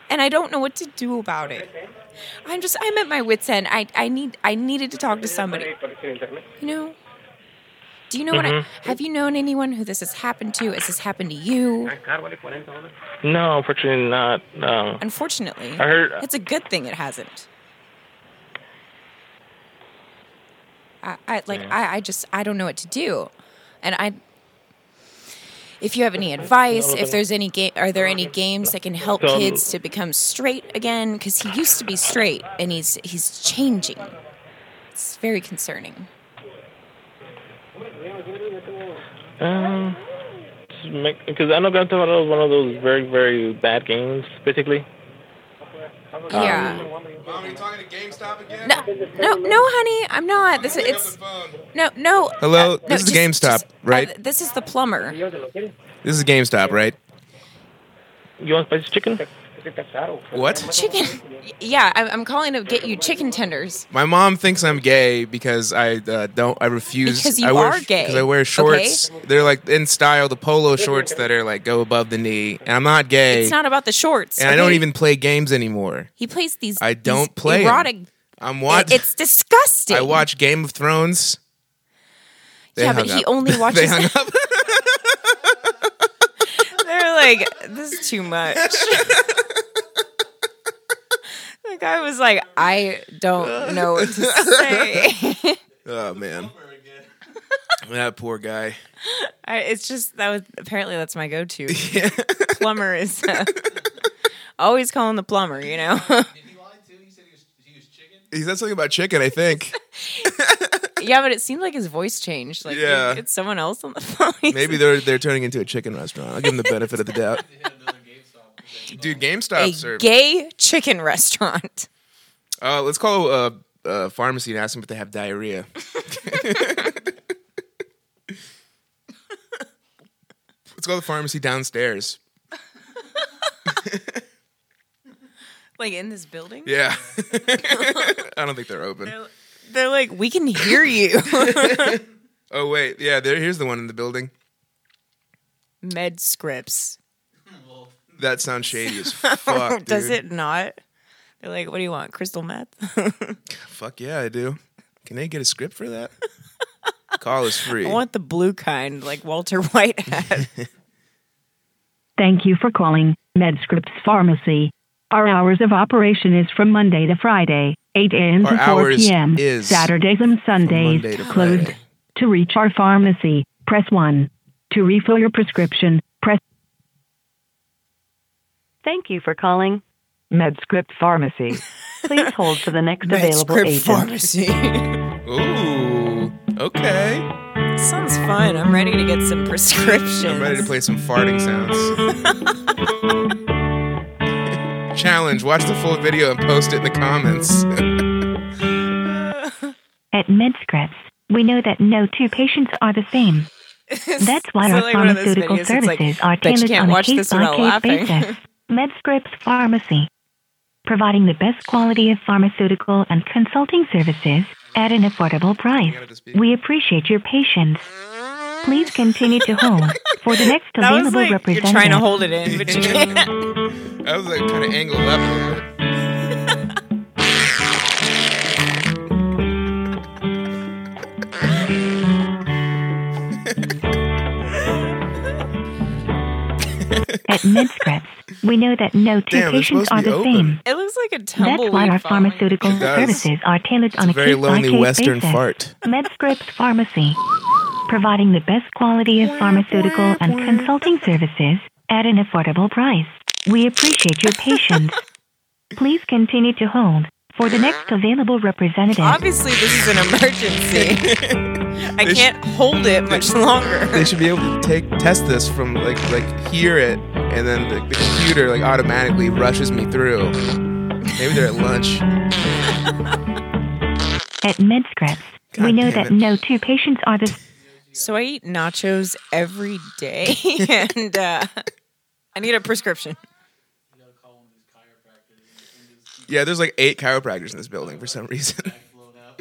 C: and I don't know what to do about it. I'm just I'm at my wits end. I I need I needed to talk to somebody. You know. Do you know
L: Mhm.
C: what? I, have you known anyone who this has happened to? Has this happened to you?
L: No, unfortunately not. [LAUGHS] No.
C: Unfortunately,
L: I heard- uh,
C: it's a good thing it hasn't. I, I like
L: Yeah.
C: I, I just I don't know what to do, and I. If you have any advice, if there's any game, are there any games that can help
L: So, um,
C: kids to become straight again? Because he used to be straight, and he's he's changing. It's very concerning.
L: Um, because I know Grand Theft Auto is one of those very very bad games, basically. Um,
C: Yeah.
B: Mom, are you talking to GameStop again?
C: No, no, no, honey, I'm not. This is it's no, no.
B: Hello,
C: uh, no,
B: this is
C: just-
B: GameStop,
C: just- uh,
B: right?
C: this is the plumber.
L: You
B: This is GameStop, right?
L: want spicy chicken?
B: What?
C: Chicken. [LAUGHS] Yeah, I'm, I'm calling to get you chicken tenders.
B: My mom thinks I'm gay because I uh, don't. I refuse.
C: Because you
B: I wear,
C: are gay,
B: Because I wear shorts. They're like in style, the polo shorts that are like go above the knee, and I'm not gay.
C: It's not about the shorts.
B: and I don't
C: okay?
B: even play games anymore.
C: He plays these.
B: I
C: these
B: don't play 'em.
C: erotic.
B: I'm watching.
C: It's disgusting.
B: I watch Game of Thrones. They
C: yeah, but
B: hung
C: he
B: up. [LAUGHS]
C: only
B: They
C: watches.
B: hung up.
C: They're like, this is too much. [LAUGHS] the guy was like, [LAUGHS] I don't know what to
B: [LAUGHS]
C: say. [LAUGHS]
B: Oh man, that poor guy.
C: I, it's just that was apparently that's
B: [LAUGHS]
C: my go-to. plumber is uh, always calling the plumber. You know. [LAUGHS]
B: He said something about chicken. I
C: [LAUGHS]
B: think
C: yeah, but it seemed like his voice changed. Like,
B: Yeah.
C: it's someone else
B: [LAUGHS]
C: on the phone.
B: maybe they're they're turning into a chicken restaurant. I'll give them the benefit of the doubt. Dude,
C: a
B: GameStop. are
C: gay chicken
B: [LAUGHS]
C: restaurant.
B: Uh, let's call a uh, uh, pharmacy and ask them if they have
C: [LAUGHS]
B: diarrhea. let's go to the pharmacy downstairs.
C: Like in this building?
B: Yeah, [LAUGHS] I don't think they're open.
C: They're, they're like, we can
B: [LAUGHS]
C: hear you.
B: Oh wait, yeah, there. Here's the one in the building.
C: Med scripts.
B: That sounds shady
C: [LAUGHS]
B: as fuck.
C: Does
B: dude.
C: it not? They're like, what do you want? Crystal meth? [LAUGHS]
B: Fuck yeah, I do. Can they get a script for that? Call is free.
C: I want the blue kind, like Walter White had.
B: [LAUGHS]
I: Thank you for calling MedScripts Pharmacy. Our hours of operation is from Monday to Friday, 8 a.m.
K: Our
I: to 4
K: hours
I: p.m.
K: is
I: Saturdays and Sundays
K: Monday to Friday.
I: closed. To reach our pharmacy, press 1. To refill your prescription, press
M: Thank you for calling MedScript
F: [LAUGHS]
M: Pharmacy. Please hold for the next available agent.
B: [LAUGHS] Ooh, okay.
C: Sounds fun. I'm ready to get some prescriptions.
B: I'm ready to play some farting
C: [LAUGHS]
B: sounds. Challenge. Watch the full video and post it in the comments.
N: At MedScripts, we know that no two patients are the
I: [LAUGHS]
N: same. That's why
I: So
N: our
I: like one of those
N: pharmaceutical
I: videos, it's like,
N: services are
I: "Bet you
N: tailored
I: can't
N: on a
I: watch this without
N: case-by-case
I: laughing." [LAUGHS]
N: basis. MedScripts Pharmacy, providing the best quality of pharmaceutical and consulting services at an affordable price. We appreciate your patience. Please continue to hold for the next
C: [LAUGHS] That was
N: available
C: like you're
N: representative.
C: trying to hold it in, but you can't.
B: I was like kind of angled up. a little bit.
N: [LAUGHS] At MedScripts, we know that no two
B: Damn, it's
N: patients
B: supposed to
N: are
B: be
N: the
B: open.
N: same.
C: It looks like a
N: That's why our pharmaceutical
B: It does.
N: services are tailored
B: It's
N: on
B: a
N: a,
B: very lonely
N: case-by-case
B: Western
N: basis.
B: fart.
N: MedScripts Pharmacy, providing the best quality of pharmaceutical and consulting services at an affordable price. We appreciate your patience. Please continue to hold for the next available representative.
C: Obviously, [LAUGHS] this is
B: [LAUGHS]
C: an emergency. I can't hold it much longer.
B: They should be able to take test this from like like hear it, and then the, the computer like automatically rushes me through. Maybe they're at lunch.
N: At MedScripts, we know that no two patients are the
C: So I eat nachos every day, [LAUGHS] and uh, I need a prescription.
B: Yeah, there's like eight chiropractors in this building for some reason.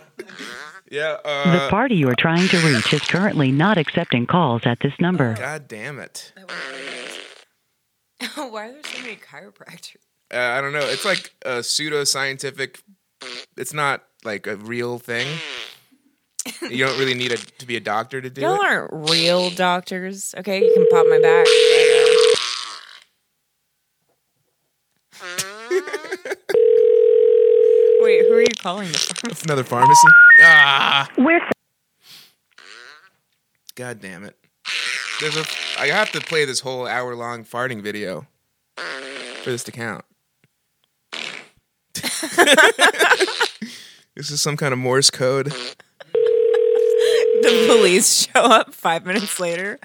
B: [LAUGHS] yeah. Uh,
K: The party you are trying to reach is currently not accepting calls at this number.
B: God damn it.
C: [LAUGHS] Why are there so many chiropractors?
B: Uh, I don't know. It's like a pseudo scientific. It's not like a real thing. You don't really need a, to be a doctor to do
C: Y'all
B: it.
C: aren't real doctors. Okay, you can pop
B: [LAUGHS]
C: my back. Wait, who are you calling?
B: It's another pharmacy. Ah,
N: We're
B: god damn it. There's a. I have to play this whole hour long farting video for this to count. this is some kind of Morse code.
C: [LAUGHS] The police show up five minutes later.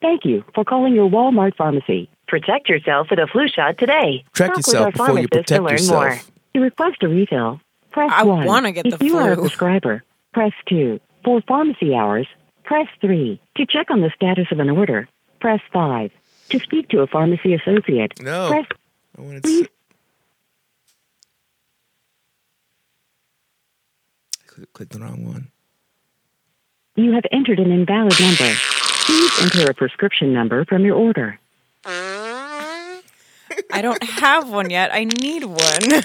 F: Thank you for calling your Walmart pharmacy. Protect yourself with a flu shot today.
B: Track
F: Talk
B: yourself
F: with our
B: before you
F: pharmacist to
B: protect
F: learn
B: yourself.
F: more. To request a refill, press
C: I
F: one.
C: wanna get
F: if
C: the
F: you are a
C: flu.
F: prescriber, press two. For pharmacy hours, press three. To check on the status of an order, press five.
O: To speak to a pharmacy associate,
B: No.
O: press
B: I wanted to-
O: please.
B: Cl- clicked the wrong one.
O: You have entered an invalid number. Please enter a prescription number from your order.
C: I don't have one yet. I
B: [LAUGHS]
C: need one.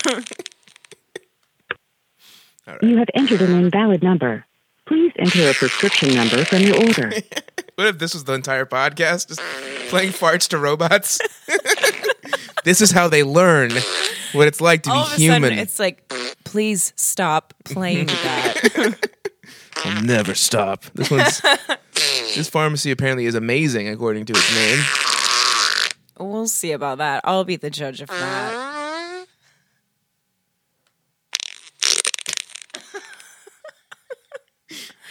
O: You have entered an invalid number. Please enter a prescription number from your
B: [LAUGHS]
O: order.
B: What if this was the entire podcast? Just playing farts to robots? [LAUGHS] this is how they learn what it's like to
C: All of
B: be
C: a
B: human.
C: sudden, it's like, please stop
B: [LAUGHS]
C: playing that.
B: I'll never stop. This one's this pharmacy apparently is amazing according to its name.
C: [LAUGHS] we'll see about that. I'll be the judge of that.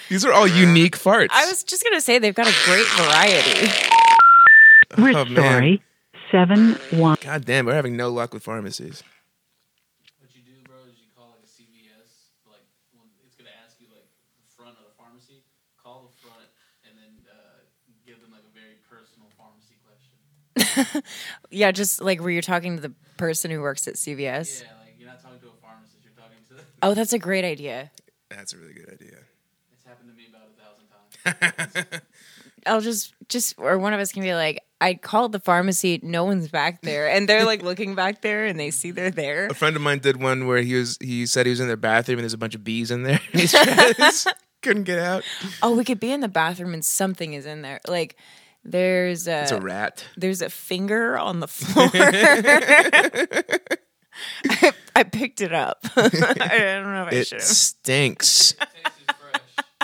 B: These are all unique farts.
C: I was just gonna say they've got a great variety.
B: We're
I: sorry. Seven one.
B: God damn, we're having no luck with pharmacies.
C: Yeah, just like where you're talking to the person who works at CVS. Oh, that's a great idea.
B: That's a really good idea.
C: I'll just just or one of us can be like, I called the pharmacy, no one's back there, and they're like looking back there, and they see they're there.
B: [LAUGHS] A friend of mine did one where he was he said he was in their bathroom and there's a bunch of bees in
C: [LAUGHS]
B: there. [LAUGHS] He's- Couldn't get out.
C: Oh, we could be in the bathroom and something is in there. Like there's a,
B: it's a rat.
C: There's a finger on
B: [LAUGHS]
C: the floor. I, I picked it up. [LAUGHS] I don't know if
B: [LAUGHS]
C: I
B: it
C: should have.
B: stinks.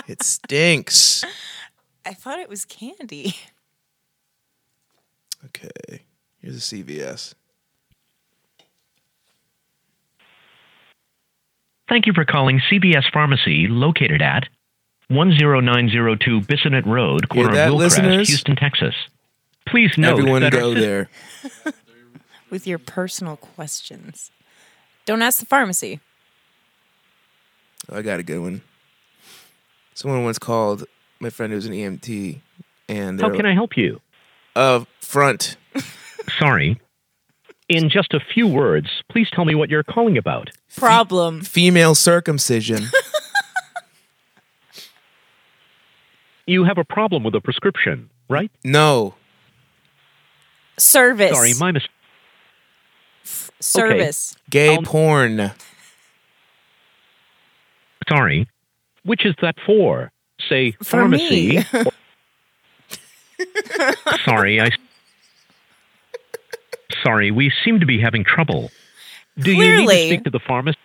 B: it stinks.
C: I thought it was candy. [LAUGHS]
B: Okay. Here's a CVS.
P: Thank you for calling CBS Pharmacy, located at 10902 Bissonnette Road, corner
B: that,
P: of Willcrest,
B: listeners?
P: Houston, Texas. Please note
B: Everyone
P: that
B: go there.
C: with your personal questions. Don't ask the pharmacy.
B: Oh, I got a good one. Someone once called my friend who's an EMT, and
P: How can I help you?
B: Uh, front.
P: [LAUGHS] Sorry. In just a few words, please tell me what you're calling about.
C: Problem.
B: Um, Female circumcision.
P: [LAUGHS] You have a problem with a prescription, right?
B: No.
C: Service.
P: Sorry, my mistake.
C: Service.
B: Gay porn.
P: Sorry. Which is that for? Say
C: For
P: pharmacy.
C: me. [LAUGHS]
P: Sorry, I. Sorry, we seem to be having trouble. Do you need to
C: Clearly.
P: speak to the pharmacist?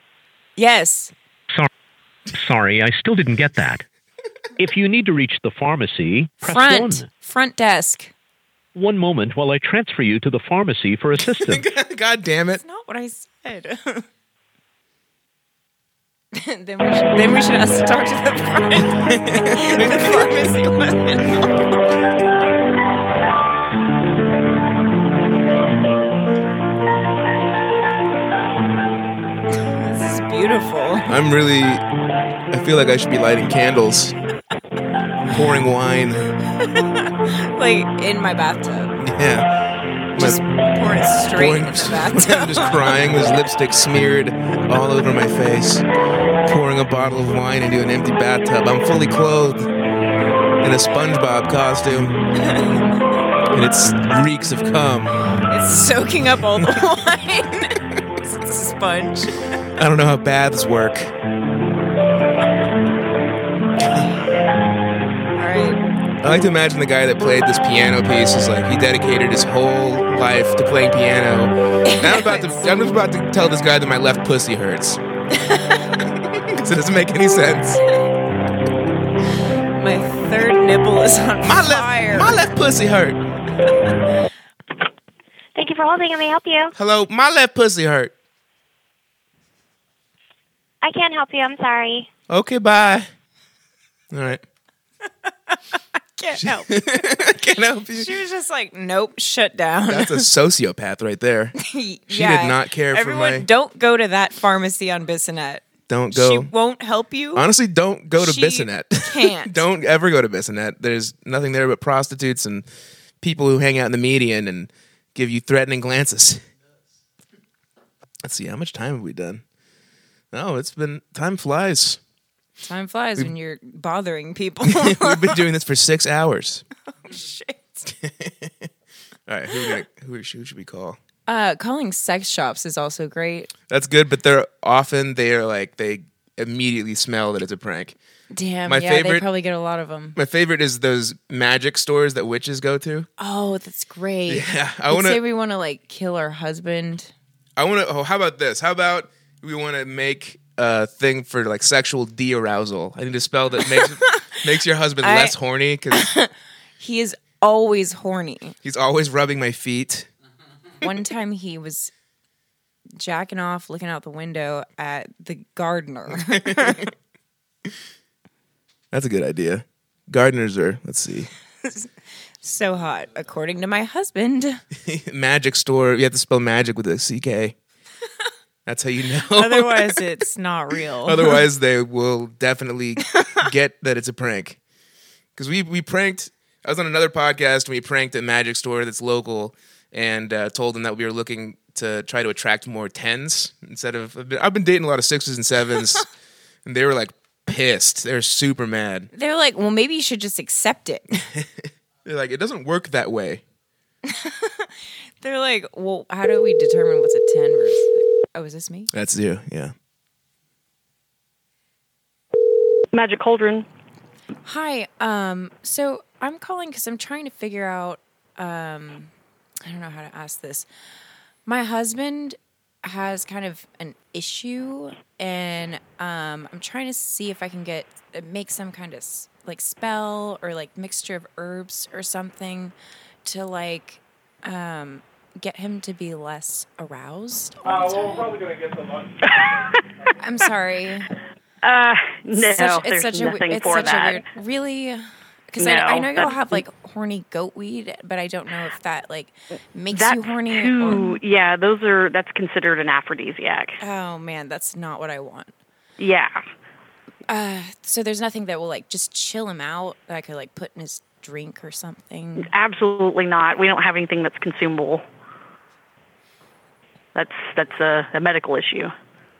C: Yes.
P: Sorry, sorry, I still didn't get that. If you need to reach the pharmacy, press
C: Front.
P: one.
C: Front desk.
P: One moment while I transfer you to the pharmacy for assistance.
B: [LAUGHS] God damn it.
C: Not what I said. [LAUGHS] then, we should, then we should ask to talk to the front. the pharmacy woman. [LAUGHS] this is beautiful.
B: I'm really. I feel like I should be lighting candles, pouring wine. [LAUGHS]
C: like in my bathtub.
B: Yeah.
C: Just pour it
P: [LAUGHS]
C: straight into the bathtub.
B: I'm [LAUGHS] just crying. There's lipstick smeared all over my face. Pouring a bottle of wine into an empty bathtub. I'm fully clothed in a SpongeBob costume, [LAUGHS] and it reeks of cum.
C: It's [LAUGHS] soaking up all the [LAUGHS] wine. it's a sponge.
B: I don't know how baths work.
C: All right.
B: I like to imagine the guy that played this piano piece is like he dedicated his whole life to playing piano. And I'm
C: [LAUGHS]
B: about to I'm just about to tell this guy that my left pussy hurts. [LAUGHS] 'Cause it doesn't make any sense.
C: My third nipple is on
B: My
C: fire.
B: left my left pussy
C: [LAUGHS]
B: hurt.
Q: Thank you for holding. Let me help you.
B: Hello, my left pussy hurt.
Q: I can't help you. I'm sorry.
B: Okay, bye. All right.
C: Can't help.
B: [LAUGHS] Can't help you.
C: She was just like, nope, shut down.
B: That's
C: [LAUGHS]
B: a sociopath right there.
C: she
B: did not care for
C: Everyone,
B: my-
C: don't go to that pharmacy on Bissonnette.
B: Don't go.
C: She won't help you.
B: Honestly, don't go to
C: She
B: [LAUGHS] Bissonnette.
C: can't.
B: don't ever go to Bissonnette. There's nothing there but prostitutes and people who hang out in the median and give you threatening glances. Let's see, how much time have we done? Oh, it's been time flies. [LAUGHS]
C: Time flies
B: We've-
C: when you're bothering
B: [LAUGHS]
C: people.
B: We've been doing this for six hours.
C: [LAUGHS]
B: [LAUGHS]
C: Shit.
B: All right, who, we gonna, who, who should we call?
C: Uh, calling sex shops is also great.
B: That's good, but they're often they are like they immediately smell that it's a prank.
C: Damn,
B: My
C: yeah, they
B: favorite-
C: probably um, get a lot of them.
B: My favorite is those magic stores that witches go to.
C: Oh, that's great.
B: Yeah, I
C: Let's
B: wanna-
C: say we want to like kill our husband.
B: I want to. Oh, how about this? How about we want to make a thing for like sexual de-arousal? I need a spell that
C: [LAUGHS]
B: makes makes your husband
C: I-
B: less horny because
C: He is always horny.
B: he's always rubbing my feet.
C: One time he was jacking off, looking out the window at the gardener. [LAUGHS]
B: That's a good idea. Gardeners are. Let's see. [LAUGHS]
C: so hot, according to my husband.
B: magic store. You have to spell magic with a CK. That's how you know.
C: [LAUGHS] Otherwise, it's not real.
B: Oh [LAUGHS] Otherwise, they will definitely get that it's a prank. Because we we pranked. I was on another podcast and we pranked a magic store that's local and uh, told them that we were looking to try to attract more tens instead of. I've been, I've been dating a lot of sixes and [LAUGHS] sevens, and they were like pissed. They're super mad.
C: [LAUGHS] they're like, well, maybe you should just accept it. [LAUGHS]
B: They're like, it doesn't work that way.
C: They're like, well, how do we determine what's a 10 versus. Oh, is this me?
B: That's you, yeah.
G: Magic Cauldron.
C: Hi. Um, so I'm calling because I'm trying to figure out. Um, I don't know how to ask this. My husband has kind of an issue, and um, I'm trying to see if I can get uh, make some kind of s- like spell or like mixture of herbs or something to like um, get him to be less aroused.
L: Uh,
C: all the
G: Oh.
C: time.
L: gonna get the lunch.
C: I'm sorry.
G: [LAUGHS] Uh,
C: It's
G: no,
C: such,
G: there's
C: it's such a,
G: nothing
C: we- it's
G: for
C: such
G: that.
C: A weird, really? Because
G: No,
C: I, I know you'll
G: that's-
C: have like horny goat weed, but I don't know if that like makes
R: That
C: you horny.
R: too, e-,
C: Or,
R: yeah, those are that's considered an aphrodisiac.
C: oh man, that's not what I want.
R: Yeah,
C: Uh, so there's nothing that will like just chill him out that I could like put in his drink or something.
R: absolutely not. We don't have anything that's consumable. That's that's a, a medical issue,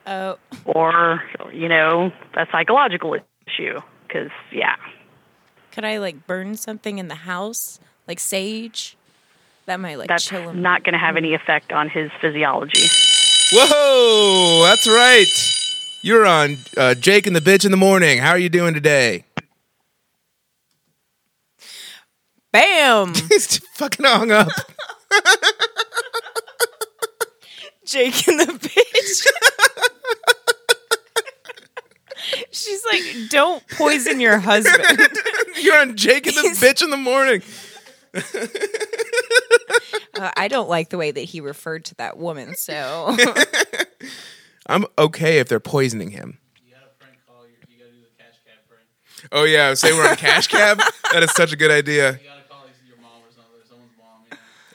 C: Oh,
R: or you know, a psychological issue. Because yeah,
C: could I like burn something in the house, like sage? That might like
R: that's
C: chill him.
R: not going to have any effect on his physiology.
B: Whoa, that's right. You're on uh, Jake and the Bitch in the Morning. How are you doing today? [LAUGHS]
C: Bam!
B: fucking hung up.
C: Jake and the bitch. She's like, don't poison your husband.
B: [LAUGHS] You're on Jake and the bitch in the morning.
C: Uh, I don't like the way that he referred to that woman.
B: [LAUGHS]
C: So
B: I'm okay if they're poisoning him. Oh yeah, say we're on cash cab. that is such a good idea.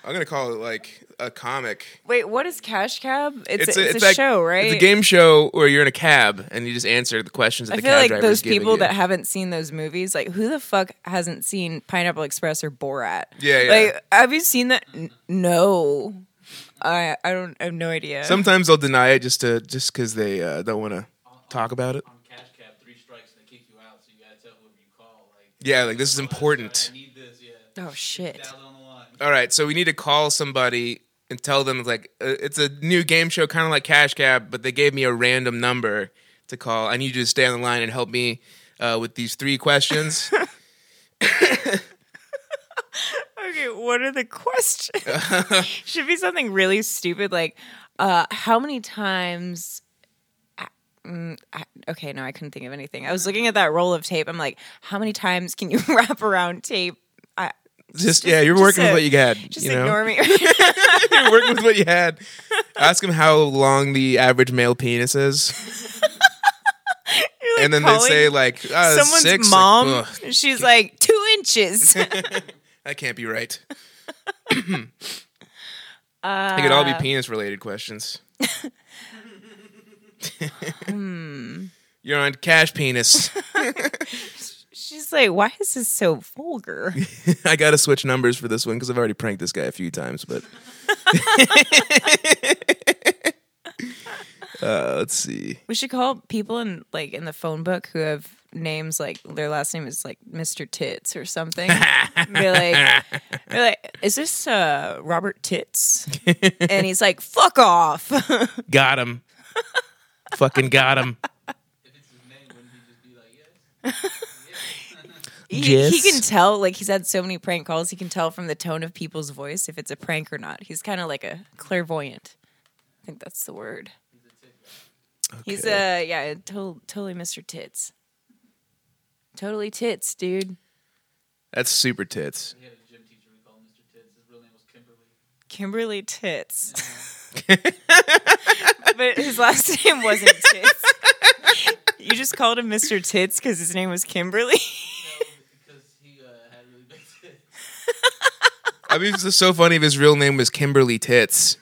B: I'm gonna call it like a comic.
C: wait, what is Cash Cab? It's, a, it's, a
B: like-
C: show, right?
B: It's a game show where you're in a cab and you just answer the questions that
C: I
B: the
C: feel
B: cab
C: like
B: driver
C: those
B: is giving
C: people
B: you.
C: that haven't seen those movies, like who the fuck hasn't seen Pineapple Express or Borat?
B: Yeah, yeah.
C: Like, have you seen that? N- no, I I don't I have no idea.
B: Sometimes they'll deny it just to just because they uh, don't want to talk about it. Yeah, like this is important.
C: Oh shit!
B: All right, so we need to call somebody and tell them like uh, it's a new game show, kind of like Cash Cab, but they gave me a random number to call. I need you to stay on the line and help me uh, with these three
C: [LAUGHS]
B: questions. [LAUGHS]
C: Okay, what are
B: [LAUGHS]
C: the questions? Should be something really stupid like, uh, how many times? I- mm, I- Okay, no, I couldn't think of anything. I was looking at that roll of tape. I'm like, how many times can you [LAUGHS] wrap around tape? I,
B: just yeah, you're working with
C: a-
B: what you got.
C: Just
B: you know? [LAUGHS]
C: ignore me.
B: you're working with what you had. Ask them how long the average male penis is.
C: [LAUGHS]
B: and then they
C: calling
B: say like uh,
C: Someone's
B: six, like,
C: mom,
B: ugh,
C: she's like two
B: [LAUGHS]
C: inches. [LAUGHS]
B: that can't be right. They
C: Uh,
B: could all be penis related
C: [LAUGHS]
B: questions. [LAUGHS]
C: Hmm. [LAUGHS]
B: You're on cash penis.
C: She's just like, why is this so
B: [LAUGHS]
C: vulgar?
B: I got to switch numbers for this one because I've already pranked this guy a few times. But uh, let's see.
C: We should call people in like in the phone book who have names like their last name is like Mr. Tits or something. be like, be like, is this uh,
B: [LAUGHS]
C: Robert Tits? and he's like, fuck off.
B: Got him. Fucking got him.
C: He,
B: Yes.
C: he can tell, like he's had so many prank calls, he can tell from the tone of people's voice if it's a prank or not. He's kind of like a clairvoyant. I think that's the word. He's a yeah, to- totally Mr. Tits. Totally tits, dude.
B: That's super tits.
C: Kimberly Tits. but his last name wasn't Tits. You just called him Mr. Tits because his name was Kimberly. [LAUGHS]
B: I mean, it's just so funny if his real name was Kimberly Tits.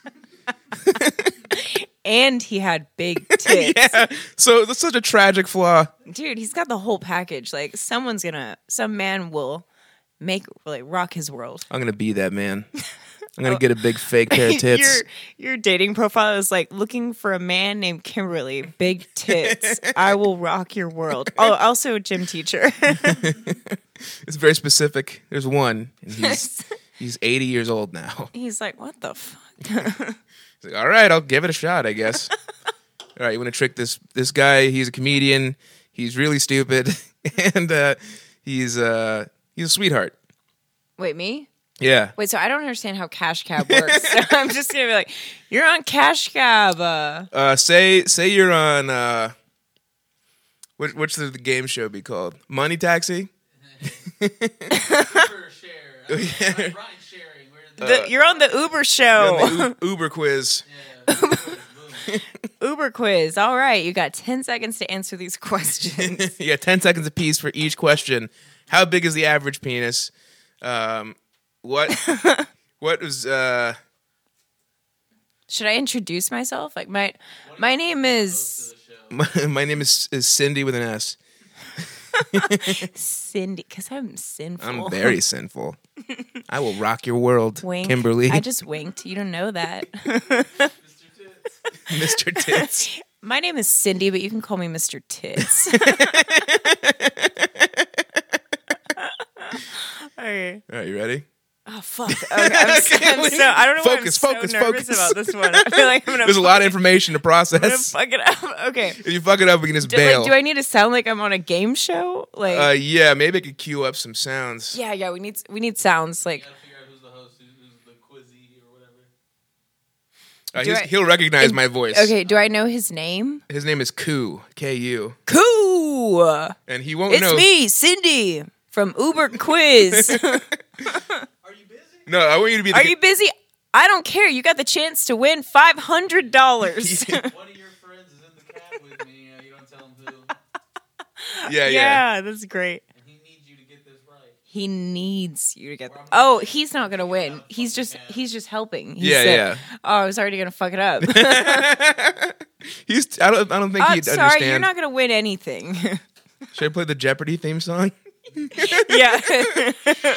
C: and he had big [LAUGHS] tits.
B: yeah. So that's such a tragic flaw.
C: Dude, he's got the whole package. Like someone's gonna some man will make like rock his world.
B: I'm gonna be that man. I'm gonna get a big fake pair of tits.
C: [LAUGHS] your your dating profile is like looking for a man named Kimberly, big tits.
B: [LAUGHS]
C: I will rock your world. Oh, also a gym teacher. [LAUGHS]
B: It's very specific. There's one, and
C: [LAUGHS]
B: he's he's 80 years old now.
C: he's like, what the fuck?
B: He's like, all right, I'll give it a shot, I
C: [LAUGHS]
B: guess. all right, you want to trick this this guy? He's a comedian. He's really stupid, [LAUGHS] and uh, he's uh, he's a sweetheart.
C: Wait, me?
B: Yeah.
C: Wait, so I don't understand how Cash [LAUGHS] Cab works. So I'm just gonna be like, you're on Cash Cab. Uh,
B: Uh, say say you're on uh, what what's the, the game show be called? Money Taxi. [LAUGHS] Uber share. Uh,
C: the, you're on the Uber show.
B: Uber quiz.
C: [LAUGHS] Uber quiz. All right, you got 10 seconds to answer these [LAUGHS]
B: [LAUGHS]
C: questions.
B: you got 10 seconds apiece for each question. How big is the average penis? Um,
C: [LAUGHS]
B: what what was uh, [LAUGHS]
C: Should I introduce myself? Like my my name is
B: my, my name is, is Cindy with an S.
C: Cindy cuz I'm sinful.
B: I'm very sinful. I will rock your world,
C: Wink.
B: Kimberly.
C: I
B: [LAUGHS]
C: just winked. You don't know that.
B: Mr. Tits.
C: [LAUGHS] my name is Cindy, but you can call me Mr.
B: [LAUGHS]
C: Tits. okay.
B: All right, you ready?
C: Oh fuck. Okay,
B: [LAUGHS]
C: I'm, so- I'm so, I don't know
B: Focus,
C: why I'm
B: focus,
C: so nervous
B: focus. [LAUGHS]
C: about this one. I feel like I'm gonna
B: There's a lot of information to
C: I'm gonna
B: process.
C: fuck it up. Okay.
B: If you fuck it up, we can just
C: Do,
B: bail.
C: like, do I need to sound like I'm on a game show? Like
B: uh, yeah, maybe I could cue up some sounds.
C: Yeah, yeah, we need we need sounds like
B: Uh,
C: Do
B: he's-
C: I-
B: he'll recognize my voice.
C: Okay, do I know his name?
B: His name is Koo, K U,
C: Coo.
B: and he won't
C: it's
B: know.
C: me, Cindy from
B: [LAUGHS]
C: Uber Quiz.
B: No, I want you to be. The
C: Are you busy? I don't care. You got the chance to win five hundred dollars.
B: [LAUGHS] Yeah, yeah.
C: that's great. He needs you to get. th- Oh, he's not gonna win. He's just he's just helping. He
B: Yeah,
C: said,
B: yeah.
C: Oh, I was already gonna fuck it up.
B: [LAUGHS]
C: [LAUGHS]
B: He's. I don't. I don't think
C: I'm
B: he'd
C: Uh, sorry,
B: understand.
C: you're not gonna
B: [LAUGHS]
C: win anything.
B: Should I play the Jeopardy theme song? [LAUGHS]
C: yeah, [LAUGHS]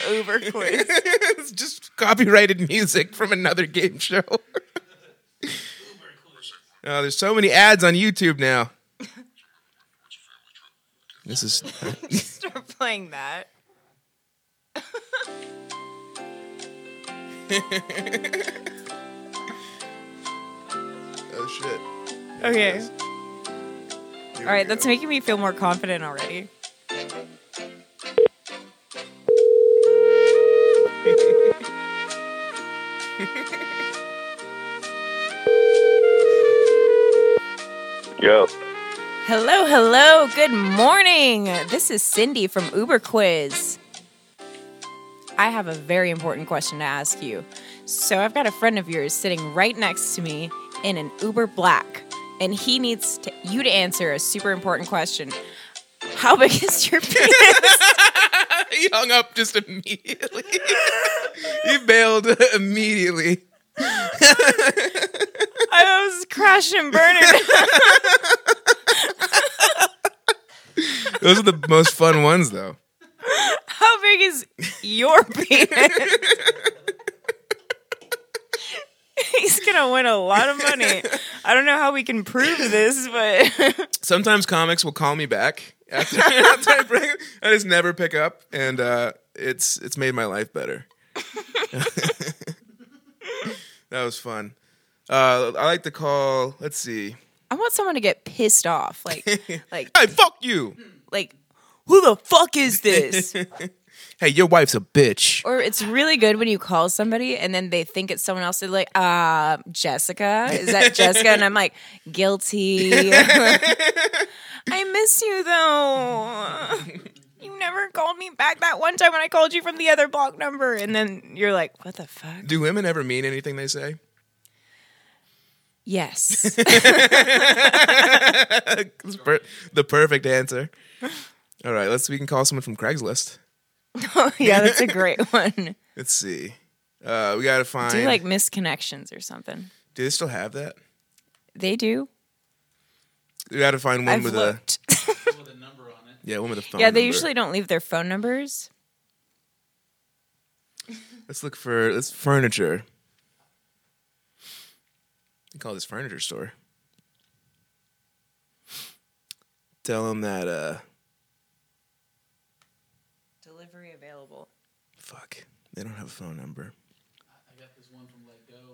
C: Uber quiz.
B: it's [LAUGHS] just copyrighted music from another game show. [LAUGHS] oh, there's so many ads on YouTube now. This is. [LAUGHS]
C: Start playing that.
B: oh shit.
C: Okay. All right, that's making me feel more confident already.
H: Yo.
C: Hello, hello. Good morning. This is Cindy from Uber Quiz. I have a very important question to ask you. So, I've got a friend of yours sitting right next to me in an Uber Black, and he needs to, you to answer a super important question. How big
B: [LAUGHS]
C: is your penis?
B: he hung up just immediately. he bailed [LAUGHS] immediately.
C: I was crashing and burning.
B: [LAUGHS] Those are the most fun ones, though.
C: How big is [LAUGHS] your penis? He's gonna win a lot of money. I don't know how we can prove this, but
B: Sometimes comics will call me back after, [LAUGHS] after I bring it. I just never pick up, and uh, it's it's made my life better. [LAUGHS] that was fun. Uh, I like to call. Let's see.
C: I want someone to get pissed off. Like, like,
B: [LAUGHS] hey, fuck you.
C: Like, who the fuck is this?
B: Hey, your wife's a bitch.
C: Or it's really good when you call somebody and then they think it's someone else. They're like, uh, Jessica? Is that Jessica? And I'm like,
B: [LAUGHS]
C: guilty. I miss you though. You never called me back that one time when I called you from the other block number. And then you're like, what the fuck?
B: Do women ever mean anything they say? [LAUGHS]
C: Yes. [LAUGHS]
B: It's per- the perfect answer. All right, let's. We can call someone from Craigslist.
C: yeah, that's a great one.
B: Let's see. Uh, we gotta find.
C: Do like misconnections or something.
B: Do they still have that?
C: They do.
B: We gotta find one
C: I've
B: with [LAUGHS] a. Yeah, one with a phone.
C: yeah, they
B: number.
C: usually don't leave their phone numbers.
B: Let's look for let's furniture. You call this furniture store. Tell them that uh
C: Delivery available.
B: fuck. They don't have a phone number. I got this one from Let Go.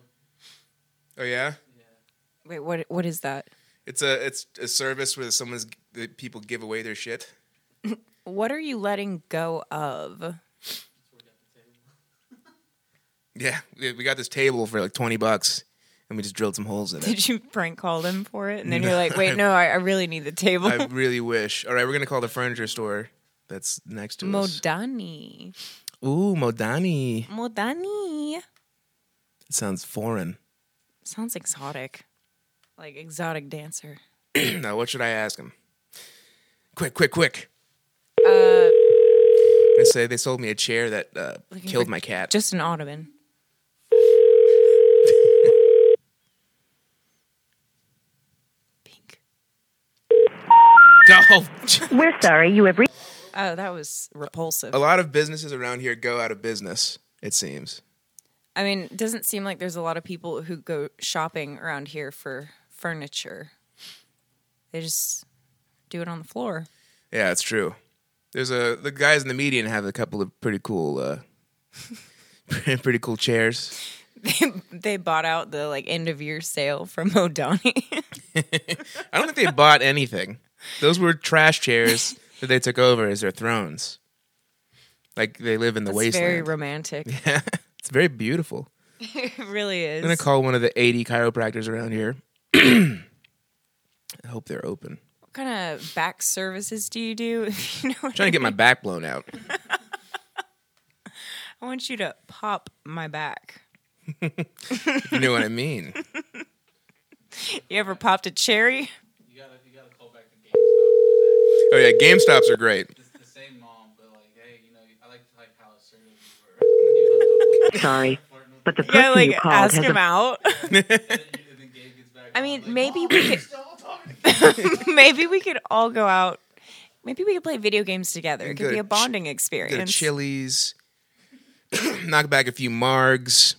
B: Oh yeah?
C: Wait, what? What is that? [LAUGHS]
B: It's a it's a service where someone's the people give away their shit.
C: What are you letting go of?
B: Yeah. We we got this table for like twenty bucks and we just drilled some holes in it.
C: Did you prank call them for it? And then you're
B: No,
C: like,
B: I-
C: wait, no, I, I really need the table. [LAUGHS]
B: I really wish. All right, we're gonna call the furniture store that's next to us.
C: Modani.
B: Ooh, Modani.
C: Modani.
B: It sounds foreign. [CLEARS THROAT]
C: Sounds exotic. Like exotic dancer.
B: now, what should I ask him? Quick, quick, quick!
C: Uh,
B: I say they sold me a chair that uh,
C: Looking
B: killed
C: for
B: my
C: [LAUGHS]
B: cat.
C: just an ottoman.
B: Oh.
M: We're sorry you have reached.
C: Oh, that was repulsive.
B: a lot of businesses around here go out of business. It seems.
C: I mean, it doesn't seem like there's a lot of people who go shopping around here for furniture. They just do it on the floor. [LAUGHS]
B: Yeah, it's true. There's a the guys in the median have a couple of pretty cool, uh, [LAUGHS] pretty cool chairs.
C: They, they bought out the like end of year sale from O'Donnell.
B: I don't think they bought anything. Those were trash chairs that they took over as their thrones. Like they live in the
C: That's
B: wasteland.
C: very romantic.
B: Yeah, [LAUGHS] it's very beautiful.
C: [LAUGHS] it really
B: I'm
C: is.
B: gonna call one of the 80 chiropractors around here. [CLEARS THROAT] I hope they're open.
C: what kind of back services do [LAUGHS] you do? you know,
B: I'm trying to get my back blown out.
C: I want you to pop my back.
B: If you know what I mean?
C: You ever popped a cherry? [LAUGHS]
B: Oh yeah, GameStops are great.
M: Sorry, but the person
C: Yeah,
M: you
C: like
M: called
C: ask
M: has
C: him
M: a-
B: [LAUGHS]
C: out. I mean, maybe we could. [LAUGHS] maybe we could all go out. Maybe we could play video games together. It
B: Go
C: could be
B: to
C: a
B: ch-
C: bonding
B: Go to
C: experience.
B: Chili's. [CLEARS THROAT] Knock back a few margs.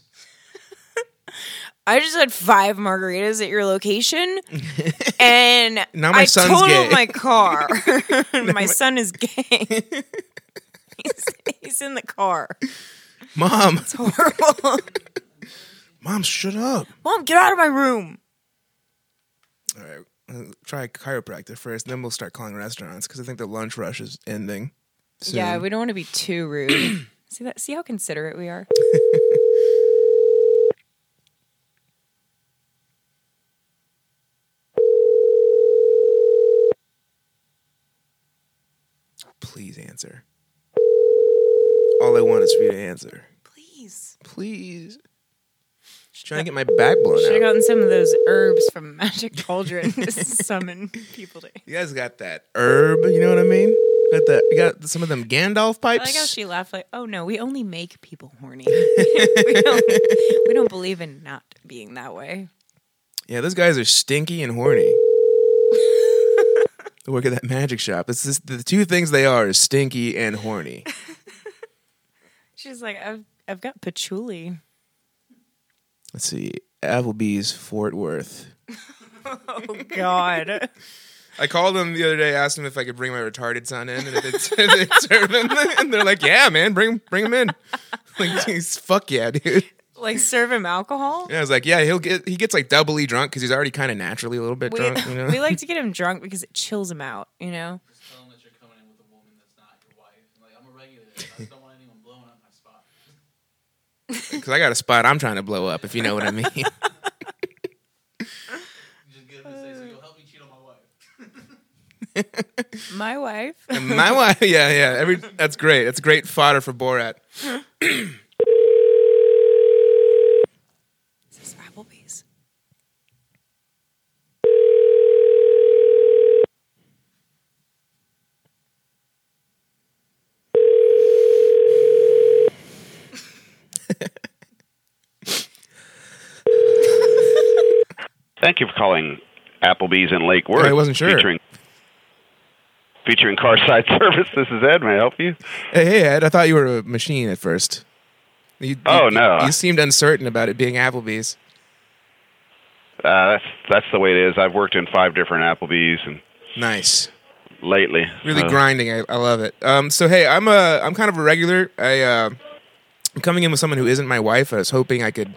C: I just had five margaritas at
B: [LAUGHS]
C: your location, and
B: Now my
C: I
B: son's
C: totaled
B: gay. [LAUGHS]
C: my car. [LAUGHS] my son is gay. he's, he's in the car.
B: Mom,
C: It's horrible.
B: [LAUGHS] mom, shut up.
C: Mom, get out of my room.
B: All right, uh, try a chiropractor first, then we'll start calling restaurants because I think the lunch rush is ending. Soon.
C: Yeah, we don't want to be too rude. [CLEARS THROAT] see that? See how considerate we are.
B: Please answer. All I want is for you to answer.
C: Please.
B: Please. Just trying to get my back blown
C: Should have
B: out.
C: gotten some of those herbs from Magic Cauldron to [LAUGHS] summon people to.
B: You guys got that herb, you know what I mean? Got that? You got some of them Gandalf
C: I
B: pipes.
C: like how she laughed, like, "Oh no, we only make people horny. [LAUGHS] we, don't, we don't believe in not being that way."
B: Yeah, those guys are stinky and horny. They work at that magic shop. It's just, the two things they are is stinky and horny.
C: She's like, I've I've got patchouli.
B: Let's see. Applebee's Fort Worth.
C: [LAUGHS] Oh God.
B: I called them the other day, asked them if I could bring my retarded son in, and if it's, if they [LAUGHS] serve him, and they're like, "Yeah, man, bring bring him in." [LAUGHS] Like, geez, fuck yeah, dude.
C: like serve him alcohol.
B: And I was like, "Yeah, he'll get he gets like doubly drunk because he's already kind of naturally a little bit
C: [LAUGHS] We,
B: drunk." You know?
C: we like to get him drunk because it chills him out, you know?
B: because I got a spot I'm trying to blow up, if you know what I mean. [LAUGHS]
C: [LAUGHS] My wife.
B: [LAUGHS] And my wife, yeah, yeah. Every that's great. That's great fodder for Borat.
C: Is this Applebee's?
S: Thank you for calling Applebee's in Lake Worth.
B: I wasn't sure.
S: Featuring, featuring Carside [LAUGHS] Service. This is Ed. May I help you?
B: Hey, hey, Ed. I thought you were a machine at first. You, you-
S: Oh, no.
B: You seemed uncertain about it being Applebee's.
S: Uh, that's that's the way it is. I've worked in five different Applebee's and
B: Nice.
S: lately.
B: really
S: uh,
B: grinding. I, I love it. Um, so hey, I'm a I'm kind of a regular. I uh, I'm coming in with someone who isn't my wife. I was hoping I could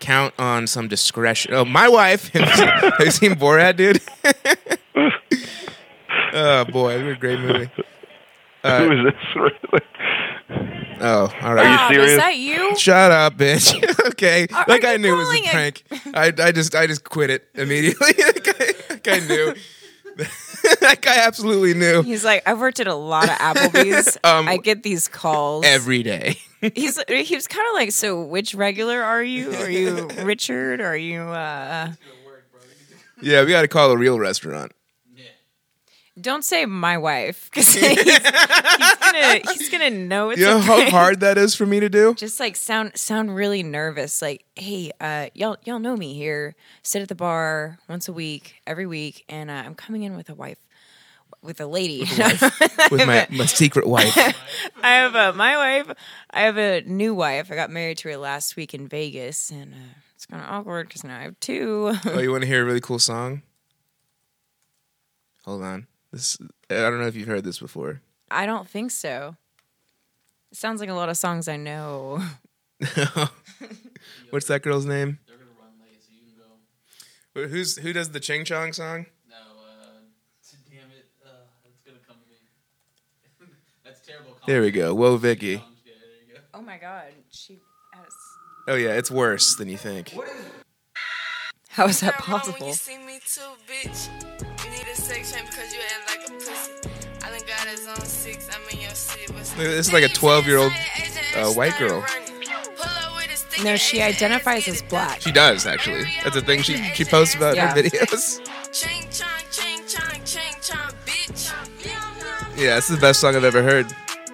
B: count on some discretion. Oh, my wife. [LAUGHS] Have you seen Borat, dude? [LAUGHS] oh boy, what a
S: [LAUGHS]
B: great movie. Uh,
S: Who is this? Really?
B: Oh, all right.
C: Rob, is that you?
B: Shut up, bitch. [LAUGHS] okay,
C: Are-
B: like
C: are
B: I
C: you
B: knew it was
C: calling
B: a
C: a-
B: prank. I, I just I just quit it immediately. [LAUGHS] like, I, like I knew. [LAUGHS] like I absolutely knew.
C: He's like, I've worked at a lot
B: [LAUGHS]
C: of [LAUGHS] Applebee's. I get these calls
B: every day.
C: He's he was kind of like, so which regular are you?
B: [LAUGHS]
C: Are you Richard? Are you? uh
B: [LAUGHS] Yeah, we got to call a real restaurant.
C: Don't say my wife because he's, he's gonna he's gonna know it's
B: you know
C: a
B: how
C: prank.
B: hard that
C: [LAUGHS]
B: is for me to do?
C: Just like sound sound really nervous. Like, hey, uh, y'all y'all know me here. Sit at the bar once a week, every week, and uh, I'm coming in with a wife, with a lady, [LAUGHS]
B: With my, my secret wife.
C: I have a my wife. I have a new wife. I got married to her last week in Vegas, and uh, it's kind of awkward because now I have two.
B: Oh, you want to hear a really cool song? Hold on. This I don't know if you've heard this before.
C: [LAUGHS] I don't think so. It sounds like a lot of songs I know.
B: What's that girl's name? Who- Who's who does the Ching Chong song? There we go. Whoa, Vicky.
C: Oh my god, she has.
B: Oh yeah, it's worse than you think.
C: How is that possible?
T: see me too, bitch. You need a sex change because you act like a pussy. I done got a zone six. I'm in your city. What's
B: Look, This is like a 12 year old uh, white girl.
C: No, she identifies as
T: [LAUGHS]
C: black.
B: She does actually. That's a thing she she posts about in
C: Yeah.
B: her videos. [LAUGHS]
T: Ching chong, ching chong, ching chong, bitch.
B: Yeah, it's the best song I've ever heard.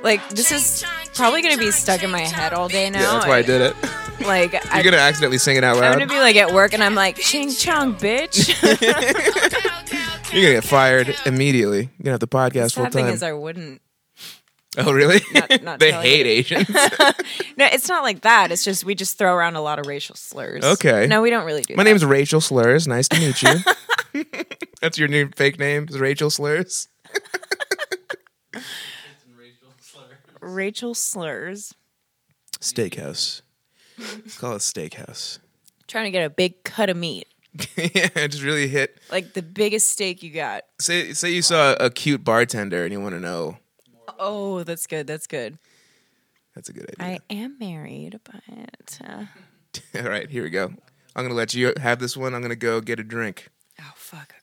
C: Like this is probably gonna be stuck in my head all day now.
B: Yeah, that's why I did
C: [LAUGHS]
B: it.
C: Like I,
B: You're gonna accidentally sing it out
C: I'm
B: loud.
C: gonna be like at work, and I'm like, ching
B: [LAUGHS]
C: chong, bitch.
B: You're gonna get fired immediately. You're gonna have the
C: The
B: podcast full
C: sad thing
B: time.
C: is, I wouldn't.
B: [LAUGHS] oh, really? [LAUGHS]
C: Not- not
B: they
C: telling
B: hate
C: you. [LAUGHS]
B: Asians.
C: No, it's not like that. It's just we just throw around a lot of racial slurs.
B: Okay.
C: No, we don't really do.
B: My
C: that.
B: name's Rachel Slurs. Nice to meet you.
C: [LAUGHS]
B: That's your new fake name, is Rachel Slurs.
C: Rachel slurs.
B: Steakhouse. Let's call it Steakhouse.
C: Trying to get a big cut of meat,
B: [LAUGHS] yeah, it just really hit.
C: like the biggest steak you got.
B: Say, say you saw a cute bartender and you want to know.
C: Oh, that's good. That's good.
B: That's a good idea.
C: I am married, but uh,
B: [LAUGHS] All right, here we go. I'm gonna let you have this one. I'm gonna go get a drink.
C: oh fuck.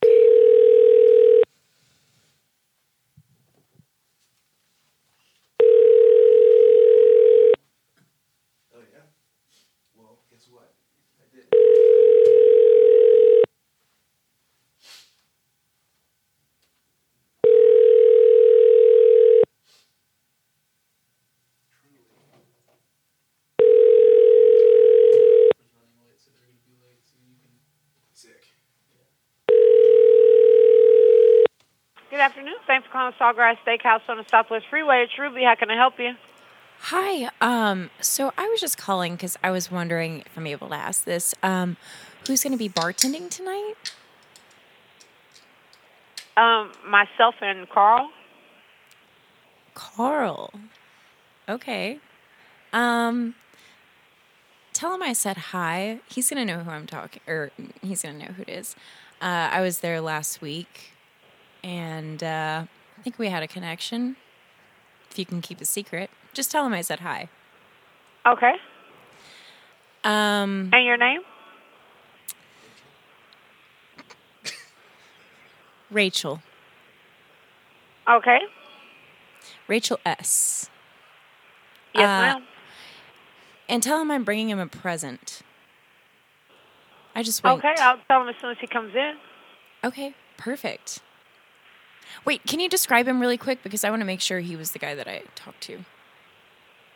U: Good afternoon. Thanks for calling Sawgrass Steakhouse on the Southwest Freeway. It's Ruby. How can I help you?
C: Hi. Um, so I was just calling because I was wondering if I'm able to ask this. Um, who's going to be bartending tonight?
A: Um, myself and Carl.
C: Carl. Okay. Um, tell him I said hi. He's going to know who I'm talking, or he's going to know who it is. Uh, I was there last week, and uh, I think we had a connection. If you can keep a secret, just tell him I said hi.
A: Okay.
C: Um,
A: and your name?
C: [LAUGHS] Rachel.
A: Okay.
C: Rachel S.
A: Yes,
C: Uh,
A: ma'am.
C: And tell him I'm bringing him a present. I just wait.
A: Okay, I'll tell him as soon as he comes in.
C: Okay, perfect. Wait, can you describe him really quick because I want to make sure he was the guy that I talked to.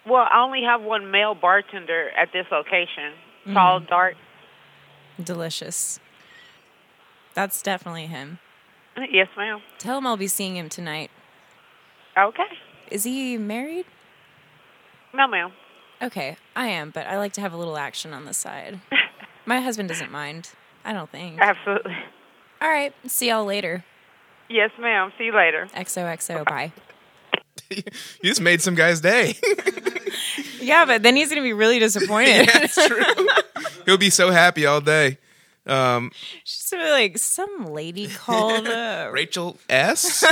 A: Well, I only have one male bartender at this location.
U: Mm-hmm.
A: Tall,
C: Mhm.
A: dark.
C: Delicious. That's definitely him.
A: Yes, ma'am.
C: Tell him I'll be seeing him tonight.
A: Okay.
C: Is he married?
A: No, ma'am.
C: Okay, I am, but I like to have a little action on
A: [LAUGHS]
C: the side. My husband doesn't mind. I don't think.
A: Absolutely.
C: All right, see y'all later.
A: Yes, ma'am. See you later.
C: XOXO, bye.
B: You just made some guy's day. [LAUGHS]
C: Yeah, but then he's going to be really
B: [LAUGHS]
C: disappointed.
B: That's
C: [LAUGHS]
B: true. He'll be so happy all day. Um,
C: She's gonna be like, some lady called uh,
B: [LAUGHS] Rachel S.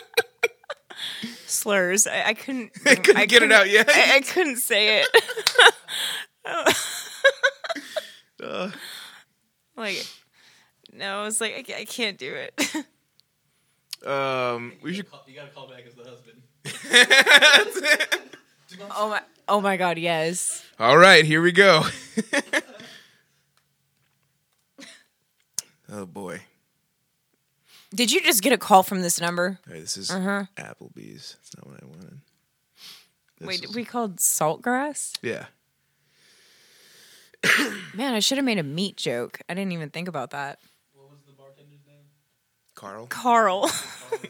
C: [LAUGHS] slurs. I,
B: [LAUGHS]
C: I couldn't,
B: couldn't
C: I
B: get it out yet.
C: I, I couldn't say
B: [LAUGHS]
C: it.
B: Uh,
C: [LAUGHS] like, no, I was like, I, ca- I can't
B: [LAUGHS]
C: do it. [LAUGHS]
B: um, we should.
D: You gotta call back as the husband.
C: oh my, oh my God, yes.
B: All right, here we go. [LAUGHS] oh boy,
C: Did you just get a call from this number?
B: All right, this is
C: Uh-huh.
B: Applebee's. That's not what I wanted. This
C: Wait,
B: is-
C: we called saltgrass.
B: yeah.
C: [COUGHS] Man, I should have made a meat joke. I didn't even think about that.
B: Carl.
C: Carl,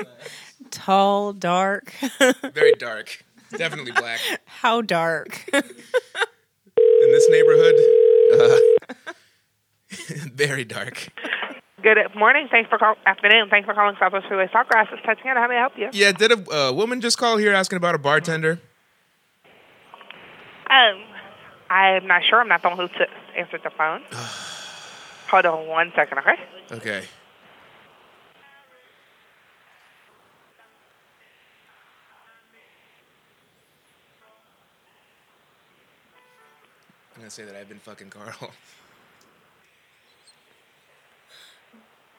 C: [LAUGHS] tall, dark.
B: [LAUGHS] Very dark. Definitely black.
C: [LAUGHS] How dark? [LAUGHS]
B: In this neighborhood, uh, [LAUGHS] very dark.
A: Good morning. Thanks for call- afternoon. Thanks for calling Southwest Freeway Sawgrass. It's Tatiana. How may I help you?
B: Yeah, did a uh, woman just call here asking about a bartender?
A: Um, I'm not sure. I'm not the one who t- answered the phone. Hold on one second, okay?
B: Okay. I'm gonna say that I've been fucking Carl. [LAUGHS]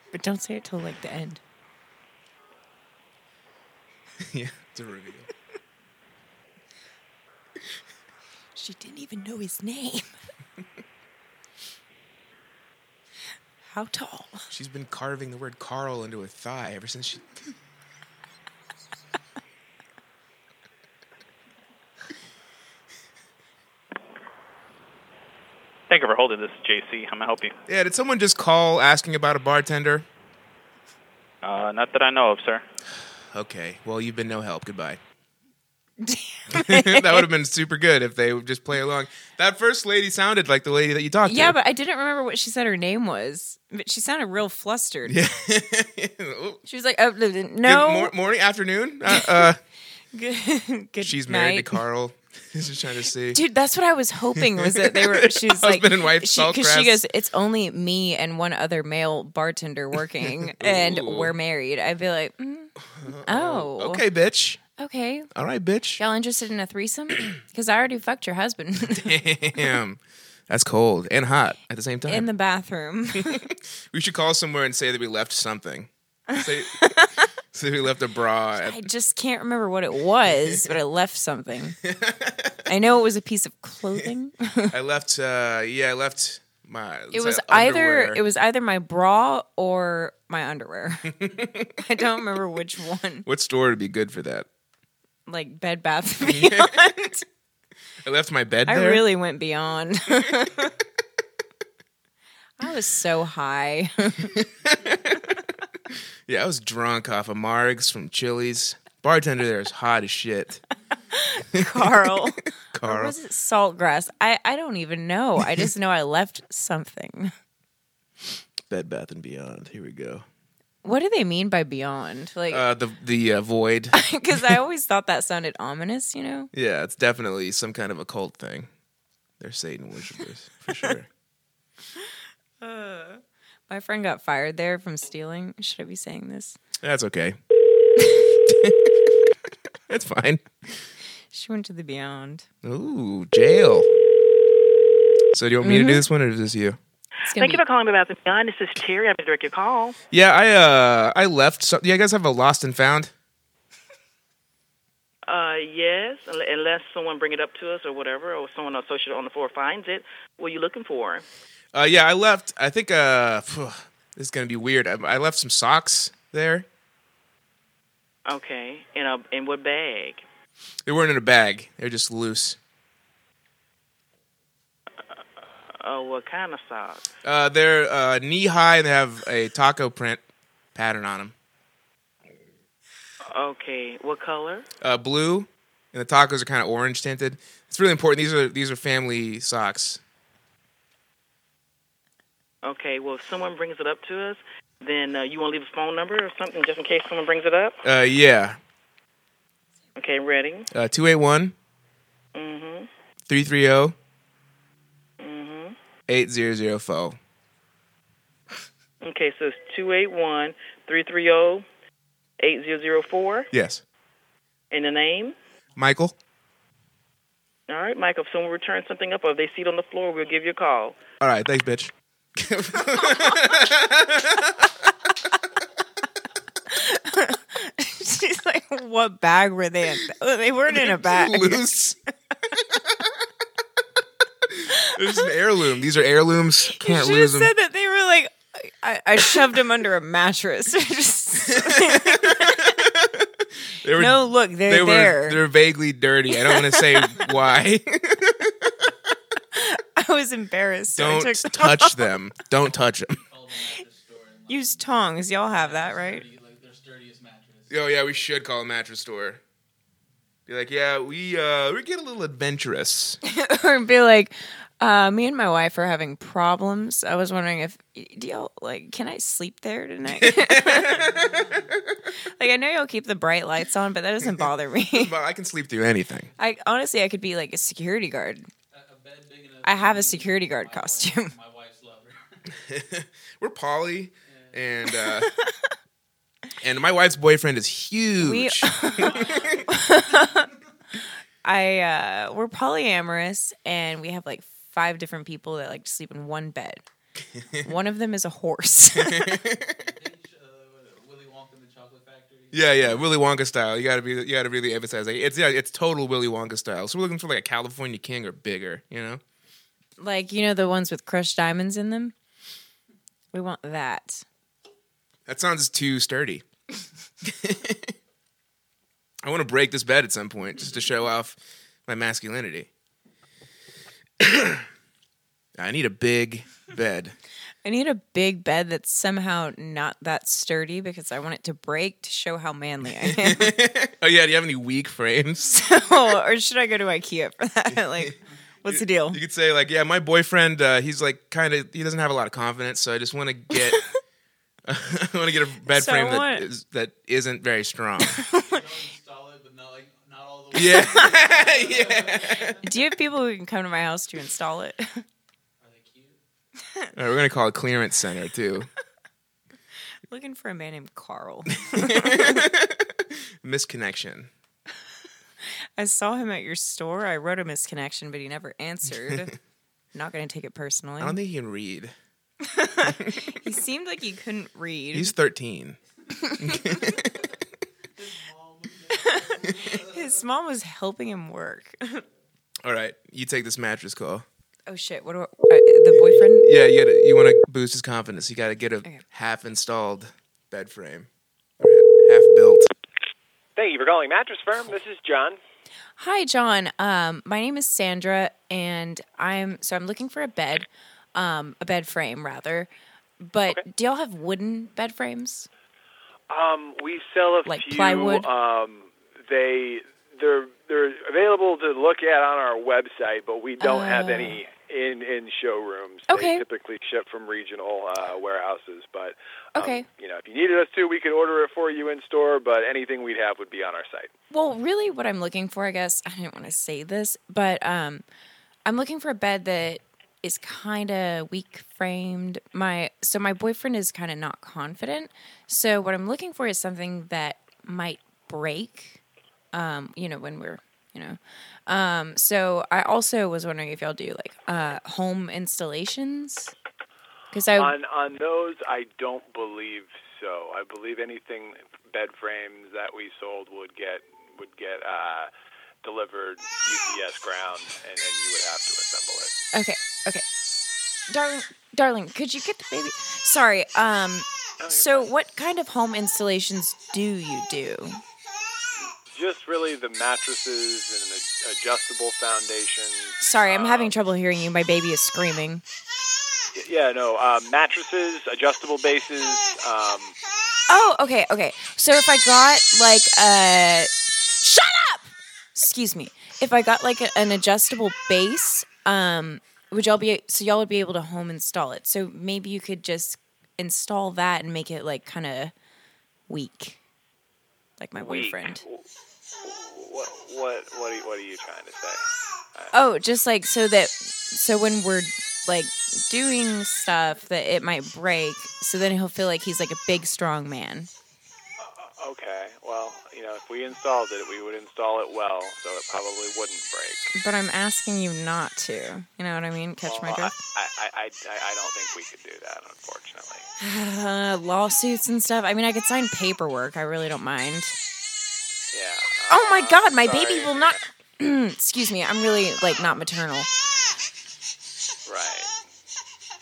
C: But don't say it till like the end.
B: yeah, it's a reveal.
C: She didn't even know his name. How tall?
B: She's been carving the word Carl into her thigh ever since she.
D: Thank you for holding this, JC. How may I help you?
B: Yeah, did someone just call asking about a bartender?
D: Uh, not that I know of, sir.
B: Okay, well, you've been no help. Goodbye. [LAUGHS] that would have been super good if they would just play along. That first lady sounded like the lady that you talked
C: [LAUGHS] Yeah,
B: to.
C: but I didn't remember what she said her name was. But she sounded real flustered.
B: Yeah. [LAUGHS]
C: she was like, oh, no. no.
B: Good mor- morning, afternoon. Uh, uh,
C: [LAUGHS] good, good
B: she's married to
C: night.
B: Carl. [LAUGHS] Just trying to see.
C: Dude, that's what I was hoping was that
B: [LAUGHS]
C: they were. She's like,
B: Husband and wife,
C: she, she
B: Saltgrass.
C: goes, "It's only me and one other male
B: [LAUGHS]
C: bartender working, and
B: Ooh.
C: we're married." I'd be
B: [LAUGHS]
C: like, mm, "Oh,
B: Okay, bitch.
C: okay,
B: All right, bitch.
C: y'all interested in a threesome? [CLEARS THROAT] Because I already fucked
B: [LAUGHS]
C: your husband [LAUGHS]
B: Damn. That's cold and hot at the same time.
C: in
B: [LAUGHS]
C: the bathroom."
B: we should call somewhere and say that we left something.
C: [LAUGHS]
B: Say, say we left a bra. At,
C: I just can't remember what it was, but I left something. I know it was a piece
B: [LAUGHS]
C: of clothing.
B: I left. Uh, yeah, I left my.
C: [LAUGHS] It was
B: uh,
C: either
B: underwear.
C: it was either my bra or my
B: [LAUGHS]
C: underwear. [LAUGHS] I don't remember which one.
B: What store would be good for that?
C: Like Bed Bath and Beyond.
B: I left my [LAUGHS] bed
C: I
B: there.
C: really went beyond. [LAUGHS] I was so high. [LAUGHS] [LAUGHS]
B: Yeah, I was drunk off of Margs from Chili's. Bartender there is hot as shit. [LAUGHS]
C: Carl. Or
B: Carl.
C: was it saltgrass? I, I don't even know. I just know I left something.
B: Bed Bath and Beyond. Here we go.
C: What do they mean by beyond? Like, [LAUGHS]
B: Uh, the the uh, void.
C: because I always thought that sounded ominous, you know?
B: Yeah, it's definitely some kind of occult thing. They're Satan worshippers for sure.
C: Uh, my friend got fired there from stealing. Should I be saying this?
B: [LAUGHS] That's [LAUGHS] okay. That's fine.
C: She went to the beyond. [LAUGHS]
B: Ooh, jail. So do you want me to do this one or is this you?
E: Thank you for calling me about the beyond. This is Terry. I'm going to direct your call.
B: Yeah, I uh I left. So, do you guys have a lost and found?
E: Uh, yes, un- unless someone bring it up to us or whatever, or someone associated on the floor finds it. What are you looking for?
B: Uh, yeah, I left. I think uh phew, this is gonna be weird. I, I left some socks there.
E: Okay, in a in what bag?
B: They weren't in a bag. They're just loose.
E: Oh, what kind of sock?
B: Uh, they're uh, knee high and they have a taco print pattern on them.
E: Okay, what color?
B: Uh, blue, and the tacos are kind of orange tinted. It's really important. These are these are family socks.
E: Okay, well, if someone brings it up to us, then uh, you want to leave a phone number or something just in case someone brings it up.
B: Uh, yeah.
E: Okay, ready?
B: Uh, 281
E: Mm-hmm.
B: 330
E: Mm-hmm.
B: 8004.
E: Okay, so it's two eight one three three zero eight zero zero four.
B: Yes.
E: And the name.
B: Michael?
E: All right, Michael. If someone returns something up or if they see it on the floor, we'll give you a call.
B: All right. Thanks, bitch.
C: She's like, what bag were they in? Oh, they weren't in a bag.
B: [LAUGHS] Loose. This is an heirloom. These are heirlooms.
C: You
B: Can't
C: should have
B: lose them.
C: said that they were like, I, I shoved him under a mattress. [LAUGHS]
B: [LAUGHS] They were-
C: no, look, they're
B: they were,
C: there.
B: They're vaguely dirty. I don't want to
C: [LAUGHS]
B: say why.
C: I was embarrassed. so I
B: don't
C: took them
B: touch
C: [LAUGHS] off.
B: them. Don't touch them.
C: Use tongs. Y'all have that, right?
B: Oh yeah, we should call a mattress store. Be like, yeah, we uh we get a little adventurous.
C: [LAUGHS] or be like, uh, me and my wife are having problems. I was wondering if do y'all like can I sleep
B: [LAUGHS]
C: there tonight? like I know y'all keep the bright lights on, but that doesn't
B: [LAUGHS]
C: bother me.
B: Well, I can sleep through anything.
C: I honestly I could be like a security guard. I have a security guard costume.
B: [LAUGHS] We're poly, and uh, [LAUGHS] and my wife's boyfriend is
C: We
B: [LAUGHS] huge.
C: I uh we're polyamorous and we have like five different people that like to sleep in one
B: [LAUGHS]
C: bed. one of them is a horse.
B: yeah, yeah, Willy Wonka style. You gotta be, you gotta really emphasize. Like, it's yeah, it's total Willy Wonka style. So we're looking for like a California king or bigger. You know,
C: like you know the ones with crushed diamonds in them? We want that.
B: that sounds too sturdy. [LAUGHS] I want to break this bed at some point just to show off my masculinity. [CLEARS THROAT] I need a big bed.
C: I need a big bed that's somehow not that sturdy because I want it to break to show how manly I am.
B: [LAUGHS] Oh yeah, do you have any weak frames?
C: Oh, or should I go to IKEA for that? [LAUGHS] like, what's the deal?
B: You could say like, yeah, my boyfriend, uh, he's like kind of, he doesn't have a lot of confidence, so I just want to
C: [LAUGHS]
B: get, [LAUGHS] I want to get a bed
C: So I
B: frame that
C: want-
B: is, that isn't very
C: [LAUGHS]
B: strong. [LAUGHS] yeah, yeah.
C: Do you have people who can come to my house to install it? [LAUGHS]
B: All right, we're gonna call a clearance center too.
C: Looking for a man
B: [LAUGHS]
C: named Carl. [LAUGHS]
B: Misconnection.
C: I saw him at your store. I wrote a misconnection, but he never
B: [LAUGHS]
C: answered. Not going to take it personally.
B: I don't think he can read.
C: he seemed like he couldn't read.
B: He's thirteen.
C: His mom was helping him work.
B: All right, you take this mattress call.
C: oh shit! What do I, uh, the boyfriend?
B: Yeah, you gotta, you want to boost his confidence. You got to get a half installed bed frame, or ha- half built.
J: Thank you for calling Mattress Firm. This is John.
C: Hi, John. Um, my name is Sandra, and I'm so I'm looking for a bed, um, a bed frame rather. But do y'all have wooden bed frames?
J: Um, we sell a
C: Like
J: few.
C: plywood?
J: Um, they
V: they're they're available to look at on our website, but we don't have any in in showrooms.
C: Ah. Okay.
V: They typically ship from regional uh, warehouses, but um,
C: Okay.
V: you know if you needed us to, we could order it for you in store. But anything we'd have would be on our site.
C: Well, really, what I'm looking for, I guess, I didn't want to say this, but um, I'm looking for a bed that is kind of weak framed. My so my boyfriend is kind of not confident. So what I'm looking for is something that might break. Um, you know, when we're you know, um, so I also was wondering if y'all do like uh home installations because I
V: on on those, I don't believe so. I believe anything bed frames that we sold would get would get uh, delivered UPS ground, and then you would have to assemble it.
C: Okay, okay. Darling, darling, could you get the baby? Sorry. Um so what kind of home installations do you do?
V: Just really the mattresses and the adjustable foundations.
C: Sorry, I'm having trouble hearing you. My baby is screaming.
V: Y- Yeah, no, uh, mattresses, adjustable bases. Um,
C: Oh, okay, okay. So if I got like a Shut up. Excuse me. If I got like a, an adjustable base, um would y'all be so y'all would be able to home install it. So maybe you could just install that and make it like kind of weak. Like my
V: weak.
C: boyfriend.
V: What what what are you, what are you trying to say? Uh,
C: Oh, just like so that so when we're like doing stuff that it might break, so then he'll feel like he's like a big strong man.
V: Okay, well, you know, if we installed it, we would install it well, so it probably wouldn't break.
C: But I'm asking you not to. You know what I mean? Catch my
V: Well,
C: drift. [LAUGHS]
V: I, I, I, I I don't think we could do that, unfortunately.
C: Uh, lawsuits and stuff. I mean, I could sign paperwork. I really don't mind.
V: Yeah.
C: Oh my
V: uh,
C: god, my baby
V: sorry.
C: will not. [CLEARS THROAT] Excuse me. I'm really like not maternal.
V: Right.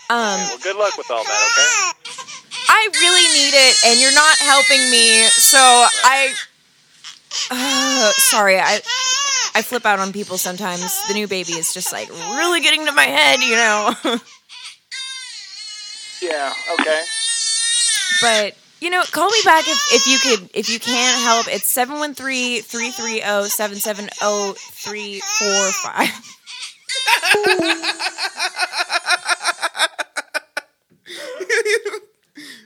C: Um,
V: well, good luck with all that, okay?
C: I really need it, and you're not helping me. So I, [SIGHS] uh, sorry, I, I flip out on people sometimes. The new baby is just like really getting to my head, you know. [LAUGHS]
V: Yeah, okay.
C: but you know, call me back if, if you could if you can't help. It's oh, 713-330-770-345.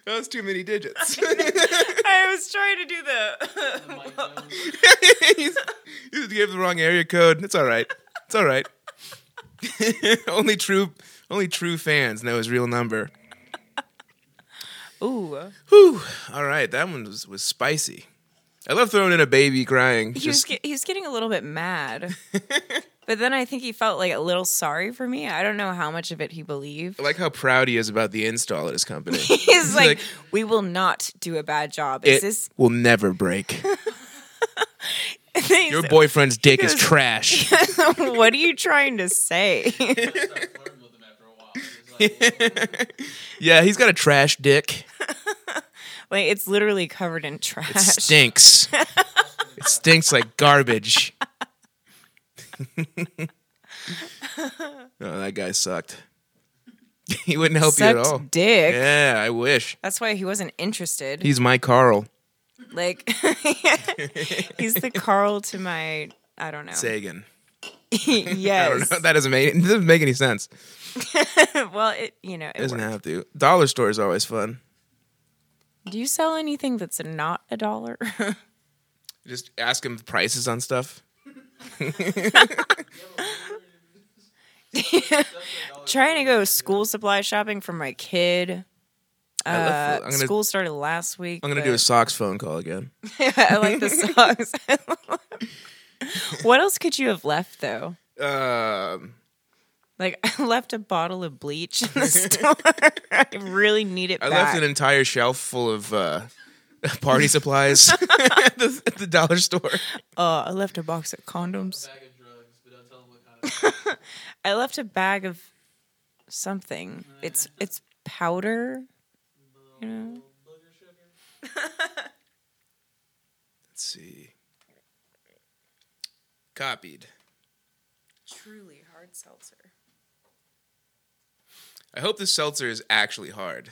B: That was Oh, too many digits.
C: [LAUGHS] [LAUGHS] I was trying to do the.
B: [LAUGHS] you gave the wrong area code. It's all right. It's all right. [LAUGHS] only true, only true fans know his real number.
C: Ooh.
B: Whew. All right, that one was, was spicy. I love throwing in a baby crying.
C: He was
B: Just,
C: get, he was getting a little
B: [LAUGHS]
C: bit mad, but then I think he felt like a little sorry for me. I don't know how much of it he believed. [LAUGHS]
B: I like how proud he is about the install at his company.
C: He's like, we will not do a bad job. Is
B: it
C: this?
B: will never
C: [LAUGHS]
B: break.
C: He's-
B: Your boyfriend's dick is
C: [LAUGHS] He was-
B: trash.
C: what are you trying to say? [LAUGHS]
B: yeah, he's got a trash dick.
C: like it's literally covered in trash. [LAUGHS]
B: It stinks. it stinks like garbage. oh, that guy sucked. [LAUGHS] he wouldn't help you at
C: Sucked
B: all.
C: dick.
B: Yeah, I wish.
C: That's why he wasn't interested.
B: He's my Carl
C: like [LAUGHS] he's the Carl to my I don't know.
B: Sagan.
C: yes.
B: [LAUGHS] I don't know. That doesn't make it doesn't make any sense.
C: [LAUGHS] well, it you know.
B: It
C: It
B: doesn't
C: worked.
B: have to. Dollar store is always fun.
C: Do you sell anything that's not a dollar? [LAUGHS]
B: Just ask him prices on stuff. [LAUGHS]
C: [LAUGHS] Trying to go school supply shopping for my kid.
B: I love
C: Uh,
B: food. I'm gonna-
C: school started last week.
B: I'm gonna do a socks phone call
C: [LAUGHS]
B: again.
C: yeah, I
B: [LAUGHS]
C: like the socks. what else could you have left though?
B: Um,
C: Like [LAUGHS] I left a bottle of
B: [LAUGHS]
C: bleach in the store. [LAUGHS] I really need it
B: I
C: back.
B: left an entire shelf full of uh, [LAUGHS] party
C: [LAUGHS]
B: supplies at, [LAUGHS] the, at the dollar store.
C: Uh, I left a box of condoms. [LAUGHS] I left a bag of something.
B: Mm-hmm.
C: It's it's powder. You know.
B: Let's see. Copied.
C: Truly hard seltzer.
B: I hope this seltzer is actually hard.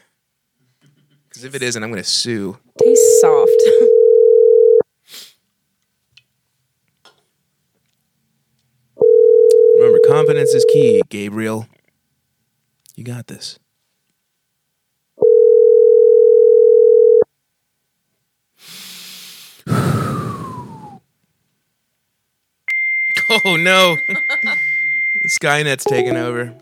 B: Because if it isn't, I'm gonna sue.
C: [LAUGHS] Tastes soft.
B: Confidence is key, Gabriel. You got this. [SIGHS] Oh no. [LAUGHS] Skynet's taken over.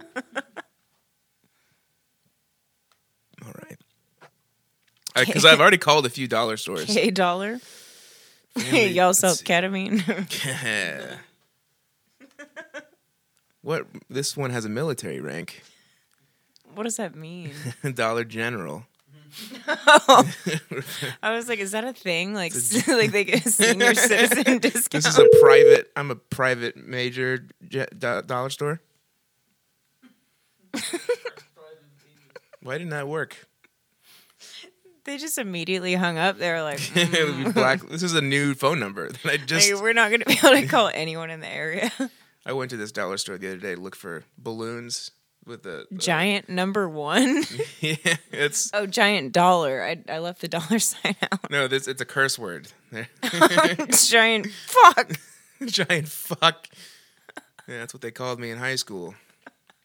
B: All right. Because I've already called a few dollar stores.
C: K dollar.
B: Family-
C: [LAUGHS] Y'all sell ketamine.
B: [LAUGHS]
C: [LAUGHS]
B: what? This one has a military rank.
C: what does
B: [LAUGHS]
C: that mean? [LAUGHS]
B: Dollar General.
C: I was like, is that a thing? Like, [LAUGHS] like they get
B: [LAUGHS]
C: a senior citizen discount.
B: This is a private. I'm a private major je- do- dollar
C: [LAUGHS]
B: store. Why didn't that work?
C: [LAUGHS]
B: [LAUGHS]
C: They just immediately hung up. They were [LAUGHS] like,
B: [LAUGHS] it would be black. This is a new phone number that I just.
C: Mm. "Hey, we're not going to be able to call anyone in the area.
B: I went to this dollar store the other day to look for balloons with
C: [LAUGHS]
B: the [LAUGHS]
C: Giant number one.
B: yeah, it's
C: oh, giant dollar. I, I left the dollar [LAUGHS] sign out.
B: no, this it's a curse
C: [LAUGHS]
B: word. [LAUGHS]
C: giant fuck.
B: giant fuck. Yeah, that's what they called me in high school.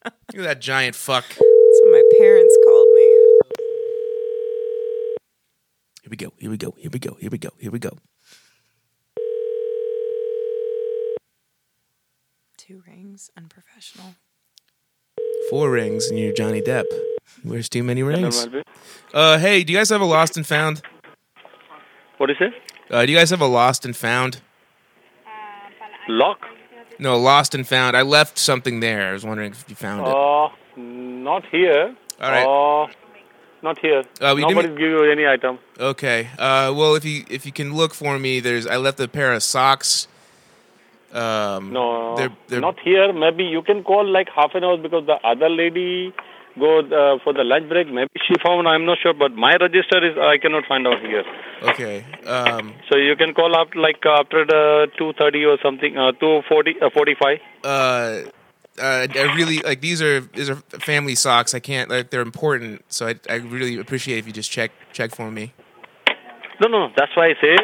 B: Look at that giant fuck.
C: That's what my parents called me.
B: Here we go. Here we go. Here we go. Here we go. Here we go.
C: Two rings, unprofessional.
B: Four rings and you're Johnny Depp. He wears too many rings. Uh, hey, do you guys have a lost and found?
W: What is it?
B: Uh, do you guys have a lost and found?
W: Lock?
B: No, lost and found. I left something there. I was wondering if you found it.
W: Uh, not here.
B: All right.
W: Uh, not here.
B: Uh, we didn't-
W: Nobody give you any item.
B: Okay. Uh, well, if you if you can look for me, there's I left a pair of socks. Um,
W: No,
B: they're, they're
W: Uh, not here. Maybe you can call like half an hour because the other lady go uh, for the lunch break. Maybe she found. I'm not sure, but my register is I cannot find out here.
B: okay. Um,
W: So you can call up like after the two thirty or something, uh, two forty, uh, forty five.
B: uh, uh, I really like these are these are family socks. I can't like they're important, so I I really appreciate if you just check check for me.
W: No, no, that's why I say.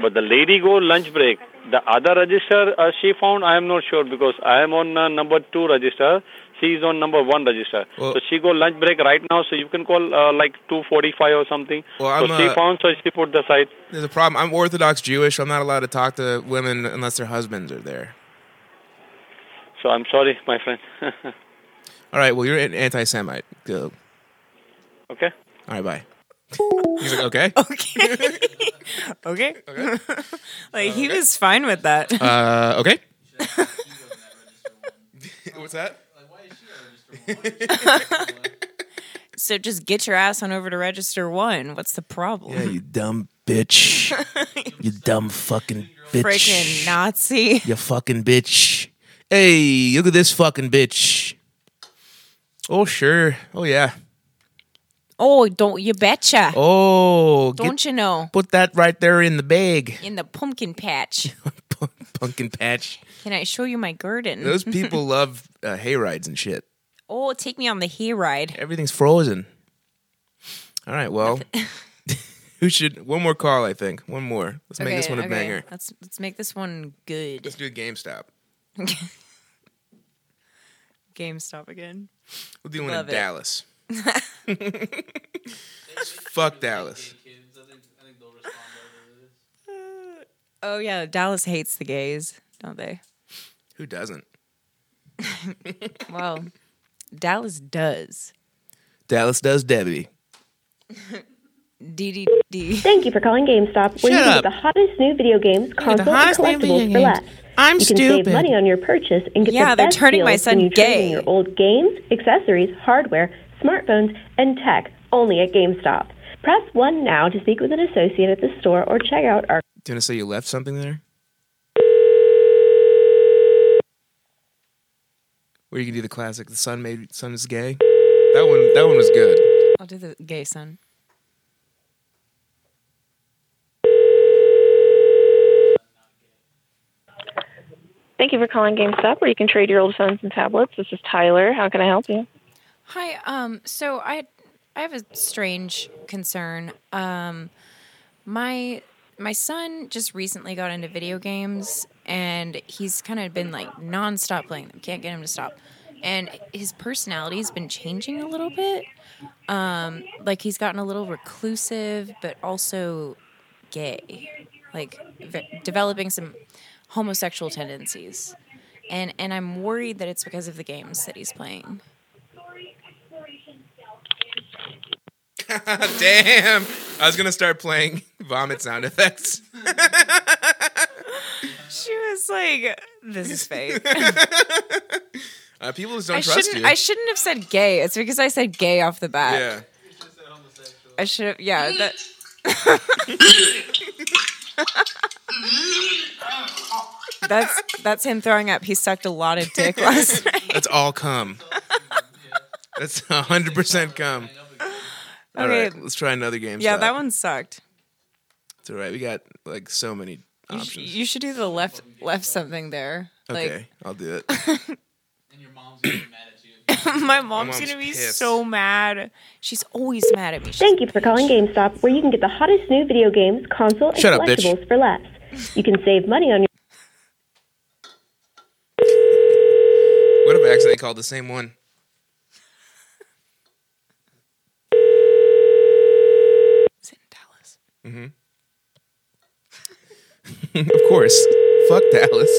W: But the lady go lunch break. The other register uh, she found, I am not sure because I am on uh, number two register. She is on number one register.
B: Well-
W: so she go lunch break right now. So you can call uh, like two forty five or something.
B: Well,
W: so
B: I'm,
W: she
B: uh,
W: found, so she put the side.
B: There's a problem. I'm Orthodox Jewish. I'm not allowed to talk to women unless their husbands are there.
W: So I'm sorry, my friend. [LAUGHS]
B: All right. Well, you're an anti-Semite. Go.
W: okay.
B: All right. Bye. He's like, okay.
C: Okay. [LAUGHS] okay. [LAUGHS] like, he was fine with that.
B: Uh, okay. What's that?
C: [LAUGHS] so just get your ass on over to register one. What's the problem?
B: Yeah, you dumb bitch. you dumb fucking bitch.
C: [LAUGHS] Freaking Nazi.
B: You fucking bitch. Hey, look at this fucking bitch. Oh sure. Oh yeah.
C: Oh, don't you betcha.
B: Oh. get-
C: Don't you know?
B: Put that right there in the bag,
C: In the pumpkin patch.
B: pumpkin patch.
C: Can I show you my garden? [LAUGHS]
B: Those people love uh, hay rides and shit.
C: oh, take me on the hay ride.
B: Everything's frozen. All right.
C: [LAUGHS]
B: Well, [LAUGHS] who should? One more call, I think. One more. Let's make this
C: Okay,
B: one a
C: okay.
B: banger.
C: Let's let's make this one good. Let's
B: do GameStop.
C: [LAUGHS] GameStop again.
B: We'll do one
C: Love
B: in
C: it. [LAUGHS]
B: Dallas. Fuck Dallas.
C: Oh yeah, Dallas hates the gays, don't they?
B: Who doesn't?
C: [LAUGHS] Well, Dallas does.
B: Dallas does Debbie.
C: DDD.
K: Thank you for calling GameStop, where
C: Shut
K: you can
C: up.
K: get the hottest new video games,
C: the
K: consoles, and
C: hottest new video
K: collectibles for
C: games.
K: less.
C: I'm
K: you can
C: stupid.
K: save money on your purchase and get
C: Yeah,
K: the
C: they're
K: best
C: turning my
K: deals
C: son
K: when you trade in
C: gay.
K: your old games, accessories, hardware, smartphones, and tech only at GameStop. Press one now to speak with an associate at the store or check out our
B: Do you want to say you left something there? Or you can do the classic. The sun made sun is gay. That one. That one was good.
C: I'll do the gay son.
U: Thank you for calling GameStop, where you can trade your old phones and tablets. This is Tyler. How can I help you?
C: Hi. Um. So I, I have a strange concern. Um, my my son just recently got into video games and he's kind of been like nonstop playing them. Can't get him to stop. And his personality's been changing a little bit. Um, like he's gotten a little reclusive, but also gay, like ve- developing some homosexual tendencies. And and I'm worried that it's because of the games that he's playing.
B: [LAUGHS] [LAUGHS] Damn. I was going to start playing [LAUGHS] vomit sound effects.
C: She was like, "This is fake."
B: Uh, people just [LAUGHS] don't
C: I
B: trust
C: shouldn't.
B: you.
C: I shouldn't have said gay. It's because I said gay off the bat.
B: Yeah.
C: I should have. Yeah. That. [LAUGHS] that's that's him throwing up. He sucked a lot of
B: [LAUGHS]
C: dick last night.
B: That's all cum. That's 100% cum. All
C: Okay.
B: right, let's try another game.
C: Yeah,
B: slot.
C: that one sucked.
B: It's all right. We got like so many
C: You, sh-
B: options.
C: you should do the left left something there.
B: okay,
C: Like,
B: I'll do it.
C: [LAUGHS] my
B: mom's
C: mom's gonna be
B: pissed.
C: so mad. She's always mad at me. She's
K: Thank you for calling GameStop, where you can get the hottest new video games, console, and
C: Shut up, bitch.
K: collectibles for less. You can save money on your.
B: What if I accidentally called the same one? Is it in Dallas? Mm-hmm. [LAUGHS] of course. Fuck Dallas.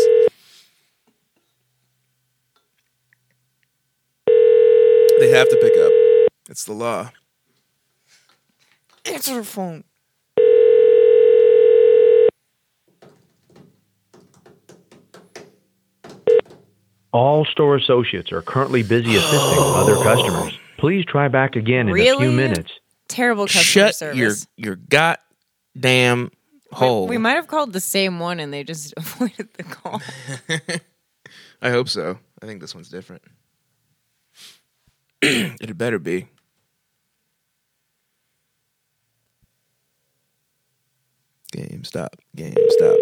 B: They have to pick up. It's the law.
C: answer the phone.
F: All store associates are currently busy assisting other customers. Please try back again in a
C: Really?
F: few minutes.
C: Terrible customer
B: Shut
C: service.
B: your your goddamn hole.
C: We might have called the same one and they just [LAUGHS] avoided
B: [LAUGHS]
C: the call.
B: I hope so. I think this one's different. [CLEARS THROAT] it better be. Game stop. Game stop.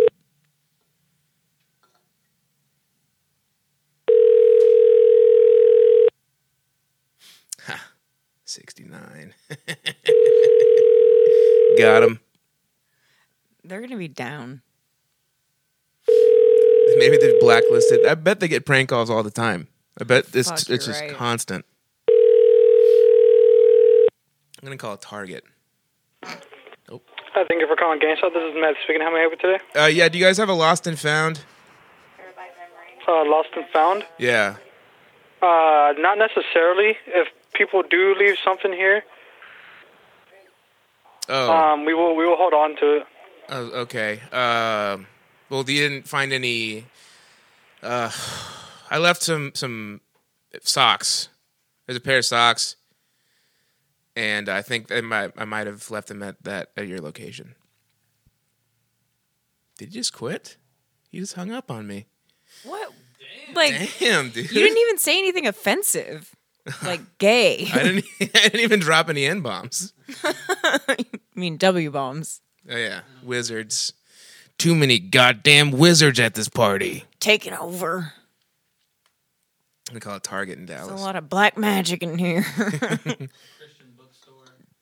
B: Ha. 69. [LAUGHS] Got him.
C: They're gonna be down.
B: [LAUGHS] Maybe they've blacklisted. I bet they get prank calls all the time. I bet it's
C: Fuck,
B: it's
C: you're
B: just
C: right.
B: constant. I'm gonna call it Target.
N: Hi, thank you for calling GameStop. This is Matt speaking. How may I help you today?
B: Uh, yeah. Do you guys have a lost and found?
N: Uh, lost and found?
B: Yeah.
N: Uh, not necessarily. If people do leave something here,
B: Oh.
N: um, we will we will hold on to it.
B: oh, okay. Um. well, you didn't find any. Uh, I left some some socks. There's a pair of socks, and I think I might I might have left them at that at your location. Did he just quit? He just hung up on me.
C: What? Like
B: Damn, dude.
C: you didn't even say anything offensive.
B: [LAUGHS]
C: Like gay.
B: I didn't. [LAUGHS] I didn't even drop any n bombs.
C: I mean W bombs.
B: Oh yeah, wizards. Too many goddamn wizards at this party.
C: Taking over.
B: We call it Target in
C: There's
B: Dallas.
C: a lot of black magic
B: [LAUGHS]
C: in here. [LAUGHS]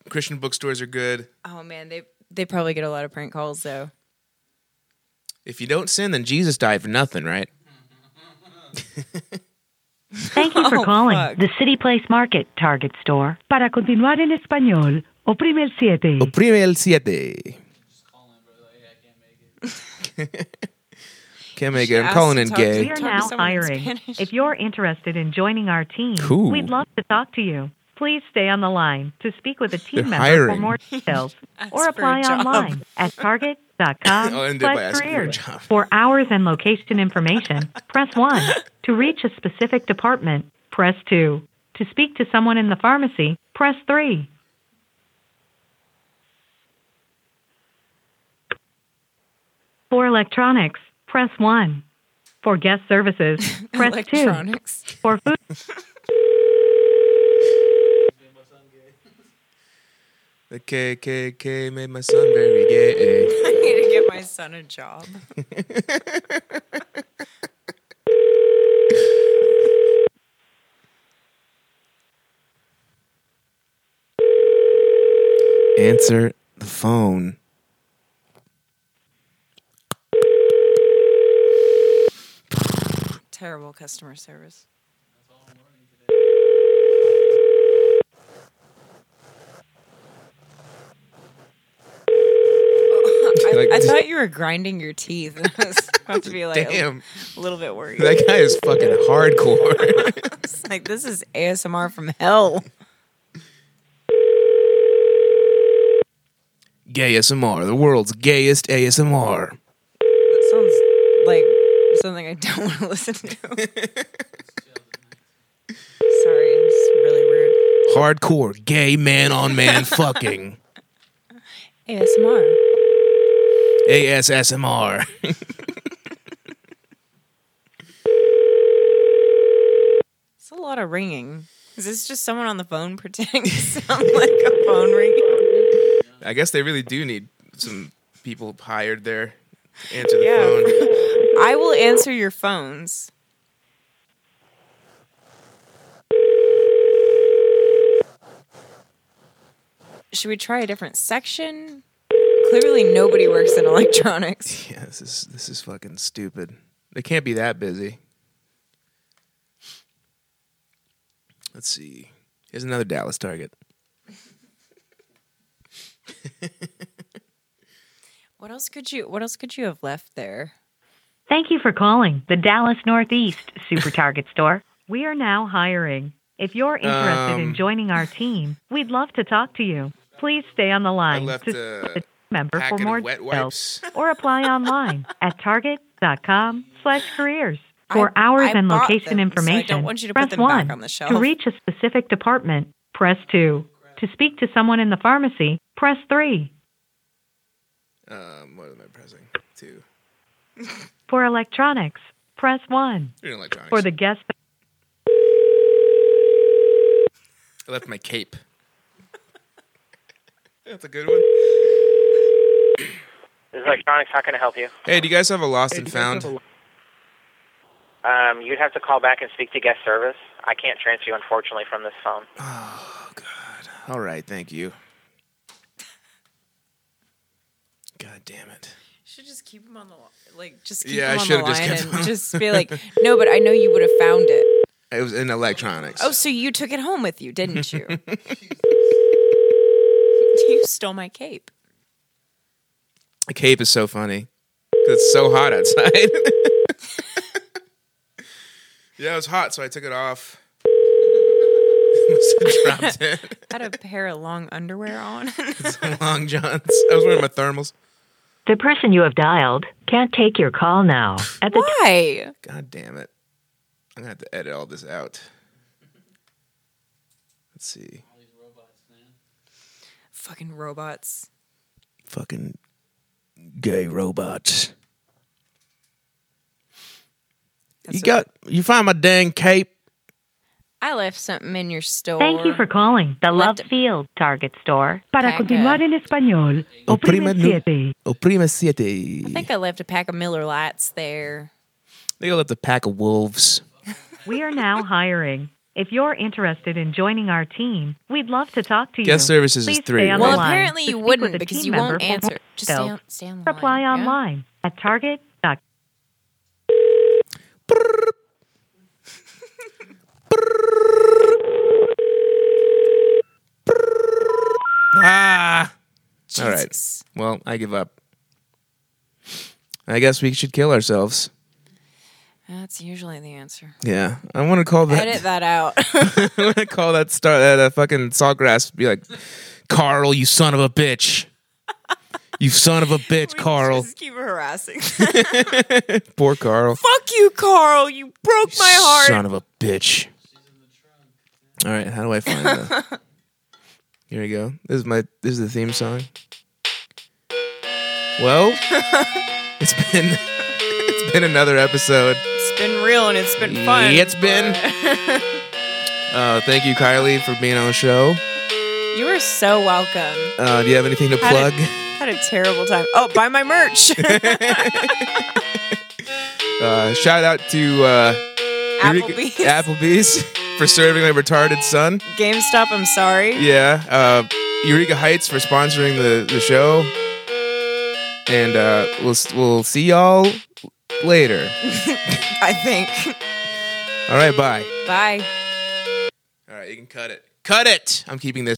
B: Christian bookstores are good.
C: oh man, they they probably get a lot of prank calls though.
B: If you don't sin, then Jesus died for nothing, right?
I: Thank
C: [LAUGHS] Oh,
I: you for calling the City Place Market Target store. Para continuar en español, oprime el 7.
B: Oprime el siete. Can't make it. I'm calling in
I: We
B: gay.
I: are
C: Talk to
I: now
C: someone in
I: hiring. If you're interested in joining our team,
B: Cool.
I: we'd love to talk to you. Please stay on the line to speak with a team
B: They're
I: member
B: hiring.
I: for
C: [LAUGHS]
I: more details or
C: for a
I: apply
C: job.
I: online at
B: [LAUGHS]
I: target.com
B: I'll end it by
I: slash
B: asking for a
I: careers.
B: job.
I: For hours and location information, press 1. To reach a specific department, press 2. To speak to someone in the pharmacy, press 3. For electronics, press 1. For guest services, press 2.
C: Electronics.
I: For food.
B: The KKK made my son very
C: [LAUGHS] I
B: gay.
C: need to get my son a
B: [LAUGHS]
C: job.
B: Answer the phone.
C: Terrible customer service. I,
B: [LAUGHS] Like,
C: I
B: just-
C: thought you were grinding your teeth. [LAUGHS] I was about to be like,
B: Damn.
C: A, little bit worried.
B: That guy
C: [LAUGHS]
B: is fucking hardcore. [LAUGHS]
C: It's like this is ASMR from hell.
B: Gay ASMR, the world's gayest ASMR.
C: That sounds like something I don't [LAUGHS] want to
B: [LAUGHS]
C: listen to. Sorry, it's really rude.
B: Hardcore gay man on
C: [LAUGHS]
B: man fucking.
C: ASMR.
B: ASSMR.
C: It's a lot of ringing. Is this just someone on the phone [LAUGHS] pretending to sound like a phone ringing?
B: [LAUGHS] I guess they really do need some people hired there. to Answer the
C: Yeah.
B: phone.
C: I will answer your phones. Should we try a different section? Clearly, nobody works in electronics.
B: [LAUGHS] Yeah, this is this is fucking stupid. They can't be that busy. Let's see. Here's another Dallas target.
C: What else could you? What else could you have left there?
I: Thank you for calling the Dallas Northeast Super Target Store. We are now hiring. If you're interested
B: Um,
I: in joining our team, we'd love to talk to you. Please stay on the line
B: left
I: to
B: a
I: speak with a member for
B: packet of
I: more
B: wet
I: details or apply online at target.com slash careers. For hours
C: I
I: and
C: bought
I: location
C: them, so I don't
I: information,
C: want you to
I: press
C: put them back
I: 1.
C: on the shelf.
I: To reach a specific department, press 2. To speak to someone in the pharmacy, press 3.
B: Um, what am I pressing? Two.
I: For electronics, press 1.
B: You're in electronics.
I: For the guest
B: I left my cape. That's a good one.
O: This is electronics. How can I help you?
B: Hey, do you guys have a lost and found?
O: Um, you'd have to call back and speak to guest service. I can't transfer you, unfortunately, from this phone.
B: All right, thank you. God damn it.
C: Should just keep him on the like. Just
B: Yeah, I
C: keep him
B: should've
C: on the
B: just
C: line
B: kept him.
C: and just
B: [LAUGHS]
C: be like, no, but I know you would have found it.
B: It was in electronics.
C: Oh, so you took it home with you, didn't
B: [LAUGHS]
C: you? [LAUGHS] you stole
B: [LAUGHS]
C: my cape.
B: The cape is so funny. 'Cause It's so hot outside. [LAUGHS] yeah, it was hot, so I took it off. [LAUGHS] Must have [LAUGHS]
C: [LAUGHS]
B: dropped it.
C: Had a pair of long
B: [LAUGHS]
C: underwear on.
B: Long Johns. I was wearing my thermals.
I: The person you have dialed can't take your call now. At the
C: Why?
B: God damn it. I'm gonna have to edit all this out. Let's see.
C: Fucking robots.
B: Fucking gay robots. you got you found my dang cape.
C: I left something in your store.
I: Thank you for calling the Love Field Target Store.
C: Para continuar
I: en español,
B: oprime siete. Oprime siete.
C: I think I left a pack of Miller Lights there.
B: They left a pack of wolves.
I: We are now hiring. If you're interested in joining our team, we'd love to talk to you.
B: Guest services is
I: Please
B: three,
I: stay on
B: right?
I: the
B: Well,
I: line
C: apparently
I: to
C: you
I: speak with
C: wouldn't
I: a
C: because
I: team
C: you won't
I: member for
C: answer.
I: more
C: Just stay on-
I: details.
C: stay on the
I: Reply
C: line, yeah?
I: online at target. dot-
B: Ah. All right. Well, I give up. I guess we should kill ourselves.
C: That's usually the answer.
B: Yeah, I want to call that.
C: Edit that
B: [LAUGHS]
C: out. [LAUGHS]
B: I want to call that star that uh, fucking saltgrass. Be like, Carl, you son of a bitch. You son
C: [LAUGHS]
B: of a bitch, Carl.
C: Keep [LAUGHS] harassing.
B: [LAUGHS] Poor Carl.
C: Fuck you, Carl. You broke my heart.
B: Son of a bitch. All right, how do I find
C: [LAUGHS]
B: that? Here we go. This is my this is the theme song.
C: [LAUGHS]
B: Well, it's been it's been another episode.
C: it's been real and it's been fun.
B: It's been- [LAUGHS] Uh, thank you, Kylie, for being on the show.
C: you are so welcome.
B: Uh, do you have anything to
C: Had a-
B: plug?
C: had a terrible time. Oh, buy
B: [LAUGHS]
C: my merch.
B: Uh, shout out to uh, Eureka-
C: Applebee's.
B: Applebee's [LAUGHS] for serving my retarded son.
C: GameStop, I'm sorry.
B: Yeah. Uh, Eureka Heights for sponsoring the, the show. And uh, we'll, we'll see y'all later.
C: I think.
B: All right, bye.
C: Bye.
B: All right, you can cut it. Cut it. I'm keeping this.